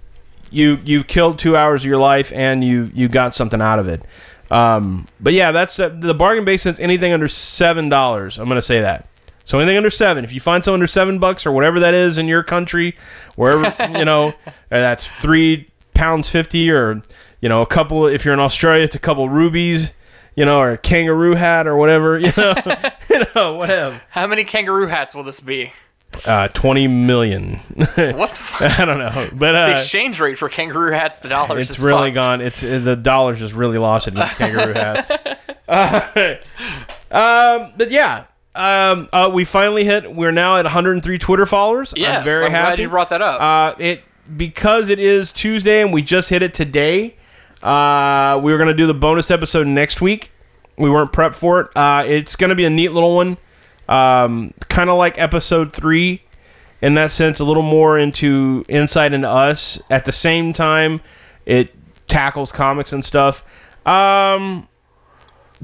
Speaker 4: you you've killed two hours of your life and you you got something out of it. Um, but yeah, that's the, the bargain basement's anything under seven dollars. I'm gonna say that. So anything under seven, if you find someone under seven bucks or whatever that is in your country, wherever you know, uh, that's three pounds fifty or you know a couple. If you're in Australia, it's a couple rubies, you know, or a kangaroo hat or whatever, <laughs> you know, you know, whatever.
Speaker 3: How many kangaroo hats will
Speaker 4: <laughs>
Speaker 3: this be?
Speaker 4: Uh, Twenty million. <laughs>
Speaker 3: What the, fuck?
Speaker 4: I don't know, but uh,
Speaker 3: the exchange rate for kangaroo hats to dollars
Speaker 4: it's
Speaker 3: is
Speaker 4: really
Speaker 3: fucked.
Speaker 4: gone. It's uh, the dollars just really lost
Speaker 3: <laughs>
Speaker 4: it in these kangaroo hats. Uh, um, but yeah, um, uh, we finally hit. We're now at 103 Twitter followers.
Speaker 3: Yes,
Speaker 4: I'm very
Speaker 3: I'm glad
Speaker 4: happy
Speaker 3: you brought that up.
Speaker 4: Uh, it because it is Tuesday and we just hit it today. Uh, we were gonna do the bonus episode next week. We weren't prepped for it. Uh, it's gonna be a neat little one, um, kind of like episode three in that sense. A little more into insight into us. At the same time, it tackles comics and stuff. Um,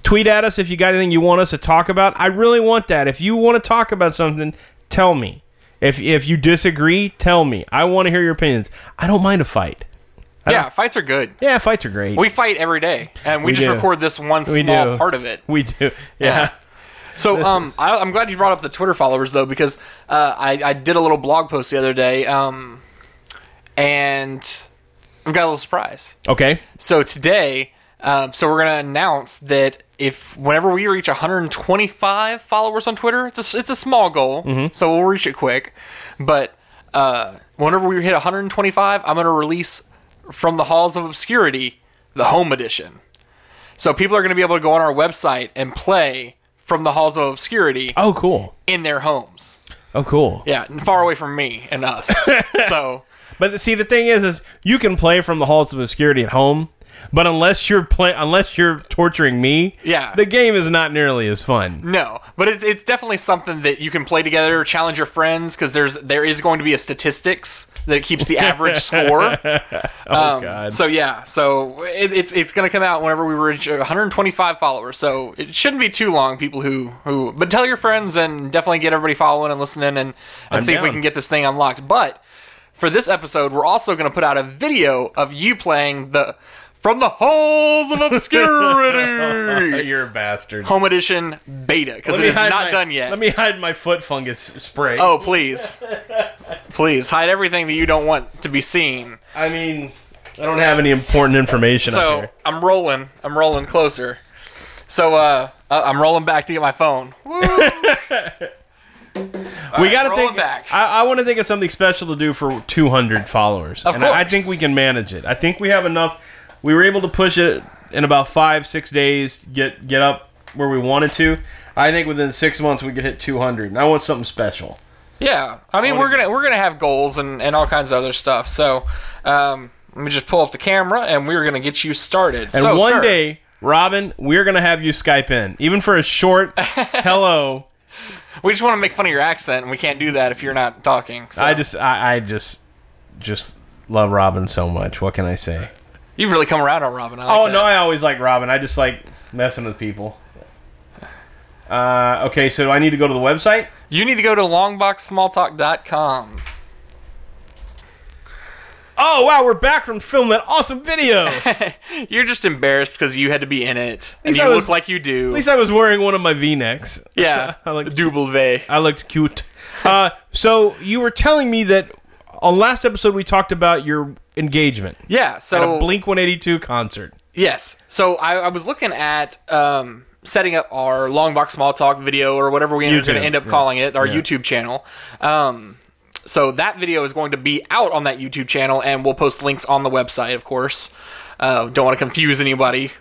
Speaker 4: tweet at us if you got anything you want us to talk about. I really want that. If you want to talk about something, tell me. If if you disagree, tell me. I want to hear your opinions. I don't mind a fight.
Speaker 3: yeah, fights are good.
Speaker 4: Yeah, fights are great.
Speaker 3: We fight every day, and we,
Speaker 4: We
Speaker 3: just
Speaker 4: do.
Speaker 3: record this one
Speaker 4: We
Speaker 3: small
Speaker 4: do.
Speaker 3: part of it.
Speaker 4: we do. <laughs> Yeah.
Speaker 3: So um, I, I'm glad you brought up the Twitter followers though, because uh, I, I did a little blog post the other day, um, and I've got a little surprise.
Speaker 4: Okay.
Speaker 3: So today, um, so we're gonna announce that if whenever we reach 125 followers on Twitter, it's a, it's a small goal, so we'll reach it quick. But uh, whenever we hit 125, I'm gonna release from the halls of obscurity the home edition. So people are gonna be able to go on our website and play from the halls of obscurity
Speaker 4: Oh, cool.
Speaker 3: in their homes.
Speaker 4: Oh, cool.
Speaker 3: Yeah, and far away from me and us. so.
Speaker 4: But the- see, the thing is, is you can play from the halls of obscurity at home, but unless you're play, unless you're torturing me,
Speaker 3: Yeah.
Speaker 4: the game is not nearly as fun.
Speaker 3: No, but it's it's definitely something that you can play together, challenge your friends, because there's there is going to be a statistics that keeps
Speaker 4: <laughs>
Speaker 3: the average score.
Speaker 4: Oh God.
Speaker 3: Um, So yeah, so it, it's it's going to come out whenever we reach 125 followers. So it shouldn't be too long. People who who but tell your friends and definitely get everybody following and listening and and see if we
Speaker 4: down.
Speaker 3: can get this thing unlocked. But for this episode, we're also going to put out a video of you playing the from the
Speaker 4: <laughs>
Speaker 3: halls of obscurity.
Speaker 4: Oh, you're a
Speaker 3: <laughs>
Speaker 4: bastard.
Speaker 3: Home edition beta because
Speaker 4: Let
Speaker 3: it
Speaker 4: me
Speaker 3: is
Speaker 4: hide
Speaker 3: not
Speaker 4: my-
Speaker 3: done yet.
Speaker 4: Let me hide my foot fungus spray.
Speaker 3: Oh, please. please, hide everything that you don't want to be seen.
Speaker 4: I mean, I don't have any important information up
Speaker 3: So,
Speaker 4: here.
Speaker 3: I'm rolling. I'm rolling closer. So, uh, I- I'm rolling back to get my phone.
Speaker 4: we got to
Speaker 3: rolling
Speaker 4: think.
Speaker 3: back.
Speaker 4: I, I want to think of something special to do for 200 followers.
Speaker 3: Of
Speaker 4: and I, I
Speaker 3: course.
Speaker 4: think we can manage it. I think we have enough. We were able to push it in about five, six days. Get get up where we wanted to. I think within six months we could hit 200. And I want something special.
Speaker 3: Yeah, I mean we're gonna we're gonna have goals and, and all kinds of other stuff. So, um, let me just pull up the camera and we're gonna get you started.
Speaker 4: And
Speaker 3: so,
Speaker 4: one
Speaker 3: sir,
Speaker 4: day, Robin, we're gonna have you Skype in, even for a
Speaker 3: <laughs>
Speaker 4: short hello.
Speaker 3: we just want to make fun of your accent, and we can't do that if you're not talking. So.
Speaker 4: I just, I, I just, just love Robin so much. What can I say?
Speaker 3: you've really come around on Robin. I like
Speaker 4: Oh
Speaker 3: that.
Speaker 4: no, I always like Robin. I just like messing with people. Uh, okay, so I need to go to the website.
Speaker 3: you need to go to longboxsmalltalk.com.
Speaker 4: Oh wow, we're back from filming that awesome video. <laughs> At
Speaker 3: You're just embarrassed because you had to be in it, and
Speaker 4: least
Speaker 3: you
Speaker 4: I was-
Speaker 3: look like you do.
Speaker 4: least I was wearing one of my V-necks.
Speaker 3: <laughs> yeah,
Speaker 4: I like-
Speaker 3: double V.
Speaker 4: I looked cute. Uh, so you were telling me that on last episode we talked about your engagement
Speaker 3: Yeah.
Speaker 4: at a
Speaker 3: So
Speaker 4: Blink 182 concert.
Speaker 3: yes. So I, I was looking at um, setting up our long box small talk video or whatever we are going
Speaker 4: YouTube,
Speaker 3: to end up
Speaker 4: yeah.
Speaker 3: calling it, our
Speaker 4: Yeah.
Speaker 3: YouTube channel. Um, So that video is going to be out on that YouTube channel, and we'll post links on the website, of course. Uh, don't want to confuse anybody.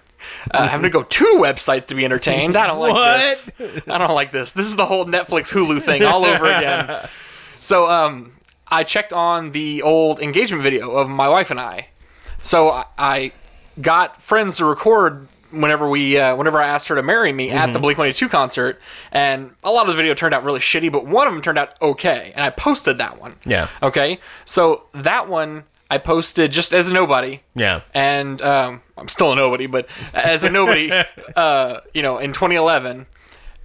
Speaker 3: Uh, having to go two websites to be entertained. I don't like this. I don't like this. This is the whole Netflix Hulu thing all over again. So um, I checked on the old engagement video of my wife and I. So I, I got friends to record whenever we uh, whenever I asked her to marry me at
Speaker 4: Mm-hmm.
Speaker 3: the Blink 182 concert, and a lot of the video turned out really shitty, but one of them turned out okay, and I posted that one.
Speaker 4: Yeah.
Speaker 3: Okay. So that one I posted just as a nobody.
Speaker 4: Yeah.
Speaker 3: And um, I'm still a nobody, but as
Speaker 4: <laughs>
Speaker 3: a nobody, uh, you know, in 2011.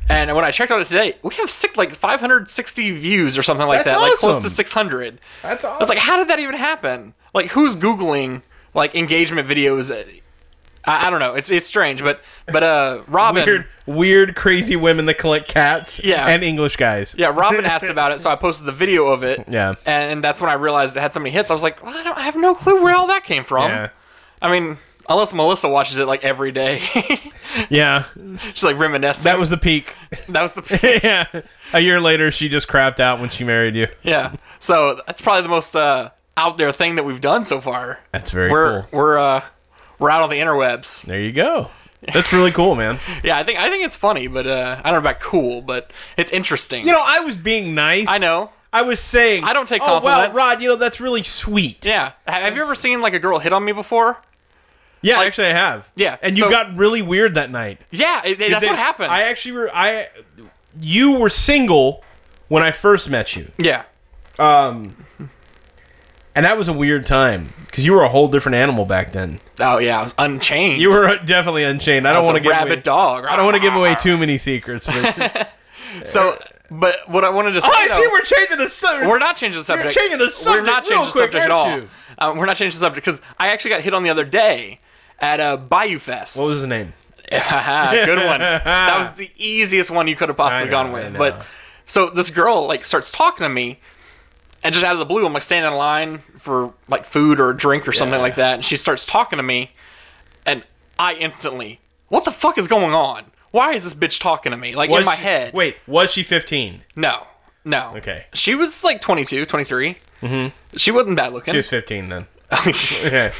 Speaker 3: And when I checked on it today, we have six, like 560 views or something like
Speaker 4: That's
Speaker 3: that, like close
Speaker 4: awesome.
Speaker 3: to 600.
Speaker 4: That's
Speaker 3: I was like, how did that even happen? Like, who's googling like engagement videos? I, I don't know. It's it's strange, but
Speaker 4: <laughs>
Speaker 3: but uh, Robin,
Speaker 4: weird, weird, crazy women that collect cats.
Speaker 3: Yeah.
Speaker 4: and English guys.
Speaker 3: yeah, Robin
Speaker 4: <laughs>
Speaker 3: asked about it, so I posted the video of it.
Speaker 4: Yeah.
Speaker 3: and that's when I realized it had so many hits. I was like, well, I, don't, I have no clue where all that came from.
Speaker 4: yeah,
Speaker 3: I mean, unless Melissa watches it like every day, <laughs>
Speaker 4: yeah.
Speaker 3: she's like reminiscing.
Speaker 4: That was the peak.
Speaker 3: <laughs> that was the
Speaker 4: yeah, a year later, she just crapped out when she married you.
Speaker 3: yeah. So that's probably the most uh, out there thing that we've done so far.
Speaker 4: That's very
Speaker 3: we're
Speaker 4: cool.
Speaker 3: we're uh, we're out on the interwebs.
Speaker 4: There you go. That's really cool, man.
Speaker 3: Yeah, I think I think it's funny, but uh, I don't know about cool, but it's interesting.
Speaker 4: You know, I was being nice.
Speaker 3: I know.
Speaker 4: I was saying.
Speaker 3: I don't take
Speaker 4: oh, wow,
Speaker 3: compliments."
Speaker 4: Rod, you know, that's really sweet.
Speaker 3: Yeah. Ha- Have you ever seen like a girl hit on me before?
Speaker 4: Yeah, actually, I have.
Speaker 3: Yeah,
Speaker 4: And you
Speaker 3: so-
Speaker 4: got really weird that night.
Speaker 3: Yeah, it, it- that's
Speaker 4: They-
Speaker 3: what happens.
Speaker 4: I actually, re- I, you were single when I first met you.
Speaker 3: Yeah.
Speaker 4: Um, and that was a weird time because you were a whole different animal back then.
Speaker 3: Oh yeah, I was unchained.
Speaker 4: You were definitely unchained. I
Speaker 3: I
Speaker 4: don't
Speaker 3: was
Speaker 4: want
Speaker 3: a
Speaker 4: to give
Speaker 3: rabid
Speaker 4: away,
Speaker 3: dog.
Speaker 4: I don't want to give away too many secrets.
Speaker 3: <laughs>
Speaker 4: But, oh,
Speaker 3: So, but what I wanted to say.
Speaker 4: I see.
Speaker 3: though-
Speaker 4: We're changing the subject.
Speaker 3: We're not changing the subject.
Speaker 4: changing the
Speaker 3: We're
Speaker 4: subject
Speaker 3: not
Speaker 4: real
Speaker 3: changing the
Speaker 4: quick,
Speaker 3: subject at all.
Speaker 4: aren't you?
Speaker 3: Um, we're not changing the subject because I actually got hit on the other day at a Bayou Fest. <laughs>
Speaker 4: What was his name?
Speaker 3: Haha, good one. That
Speaker 4: <laughs>
Speaker 3: was the easiest one you could have possibly
Speaker 4: I know,
Speaker 3: gone
Speaker 4: I
Speaker 3: with.
Speaker 4: know.
Speaker 3: But so this girl like starts talking to me, and just out of the blue, I'm like standing in line for like food or a drink or something like that, and she starts talking to me, and I instantly, what the fuck is going on? Why is this bitch talking to me? Like in my
Speaker 4: she-
Speaker 3: head.
Speaker 4: Wait, was she 15?
Speaker 3: No, no.
Speaker 4: Okay.
Speaker 3: She was like 22, 23. Mm-hmm. She wasn't bad looking.
Speaker 4: She
Speaker 3: <laughs>
Speaker 4: was 15 then.
Speaker 3: Just
Speaker 4: <laughs> Yeah.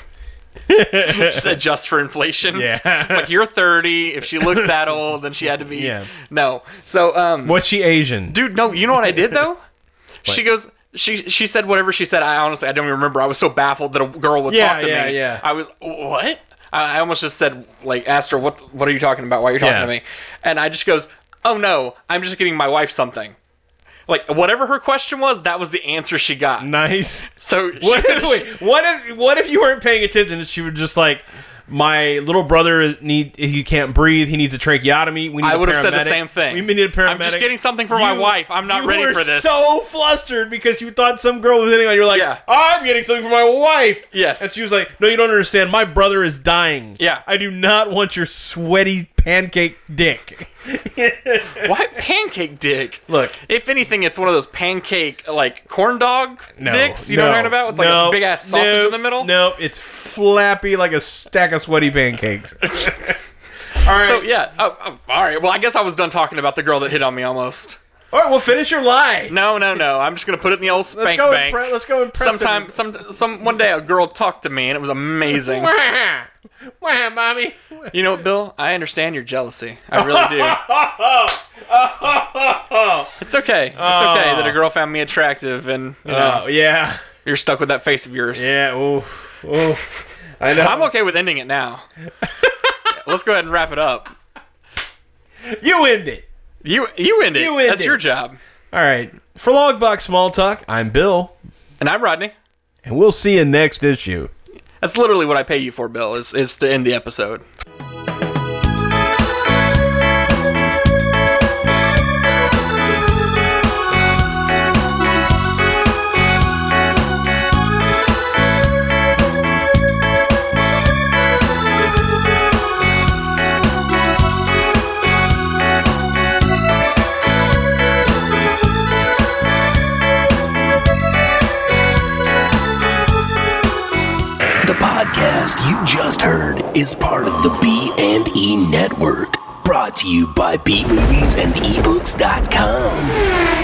Speaker 3: adjust for inflation.
Speaker 4: Yeah. <laughs>
Speaker 3: It's like you're 30. If she looked that old, then she had to be.
Speaker 4: Yeah.
Speaker 3: No. So, um,
Speaker 4: was she Asian?
Speaker 3: dude, no. You know what I
Speaker 4: <laughs>
Speaker 3: did though? she goes. She she said whatever she said. I honestly I don't even remember. I was so baffled that a girl would
Speaker 4: Yeah,
Speaker 3: talk to
Speaker 4: yeah,
Speaker 3: me.
Speaker 4: yeah.
Speaker 3: I was what? I, I almost just said like asked her what what are you talking about? Why are you talking
Speaker 4: Yeah.
Speaker 3: to me? And I just goes, oh no, I'm just getting my wife something. Like whatever her question was, that was the answer she got.
Speaker 4: Nice. <laughs>
Speaker 3: So she
Speaker 4: What
Speaker 3: could've-
Speaker 4: if, wait, what if what if you weren't paying attention and she was just like, my little brother is- need he can't breathe. He needs a tracheotomy. We need
Speaker 3: I
Speaker 4: would have
Speaker 3: said the same thing.
Speaker 4: We need a paramedic.
Speaker 3: I'm just getting something for my wife. I'm not
Speaker 4: you
Speaker 3: ready
Speaker 4: were
Speaker 3: for this.
Speaker 4: So flustered because you thought some girl was hitting on you. You're like,
Speaker 3: Yeah.
Speaker 4: I'm getting something for my wife.
Speaker 3: Yes.
Speaker 4: And she was like, No, you don't understand. My brother is dying.
Speaker 3: Yeah.
Speaker 4: I do not want your sweaty pancake dick. <laughs>
Speaker 3: Why pancake dick?
Speaker 4: Look.
Speaker 3: if anything, it's one of those pancake like corn dog
Speaker 4: No,
Speaker 3: dicks. You know
Speaker 4: no,
Speaker 3: what I'm talking about? With like
Speaker 4: no,
Speaker 3: this big ass sausage
Speaker 4: no,
Speaker 3: in the middle.
Speaker 4: No, it's flappy like a stack of sweaty
Speaker 3: <laughs>
Speaker 4: pancakes. All right.
Speaker 3: So yeah. Oh, oh, all right. Well, I guess I was done talking about the girl that hit on me almost.
Speaker 4: All right, well, finish your lie.
Speaker 3: No, no, no. I'm just gonna put it in the old
Speaker 4: let's
Speaker 3: spank
Speaker 4: go.
Speaker 3: bank.
Speaker 4: impre- let's go. Impress
Speaker 3: Sometime, some, some, one day a girl talked to me and it
Speaker 4: <laughs>
Speaker 3: was amazing.
Speaker 4: Wah, wah, mommy.
Speaker 3: You know what, Bill? I understand your jealousy. I really
Speaker 4: <laughs>
Speaker 3: do. it's okay. It's okay that
Speaker 4: Ah.
Speaker 3: a girl found me attractive and you know,
Speaker 4: Oh yeah,
Speaker 3: you're stuck with that face of yours.
Speaker 4: yeah. Ooh, ooh. I know.
Speaker 3: I'm okay with ending
Speaker 4: <laughs>
Speaker 3: it now. Let's go ahead and wrap it up.
Speaker 4: you end it.
Speaker 3: You you end it.
Speaker 4: You end
Speaker 3: That's
Speaker 4: it.
Speaker 3: your job.
Speaker 4: All right. For Logbox Small Talk, I'm Bill,
Speaker 3: And I'm Rodney.
Speaker 4: and we'll see you next issue.
Speaker 3: That's literally what I pay you for, Bill, is is to end the episode.
Speaker 1: The podcast you just heard is part of the E E B&E network, brought to you by bmovies and ebooks.com.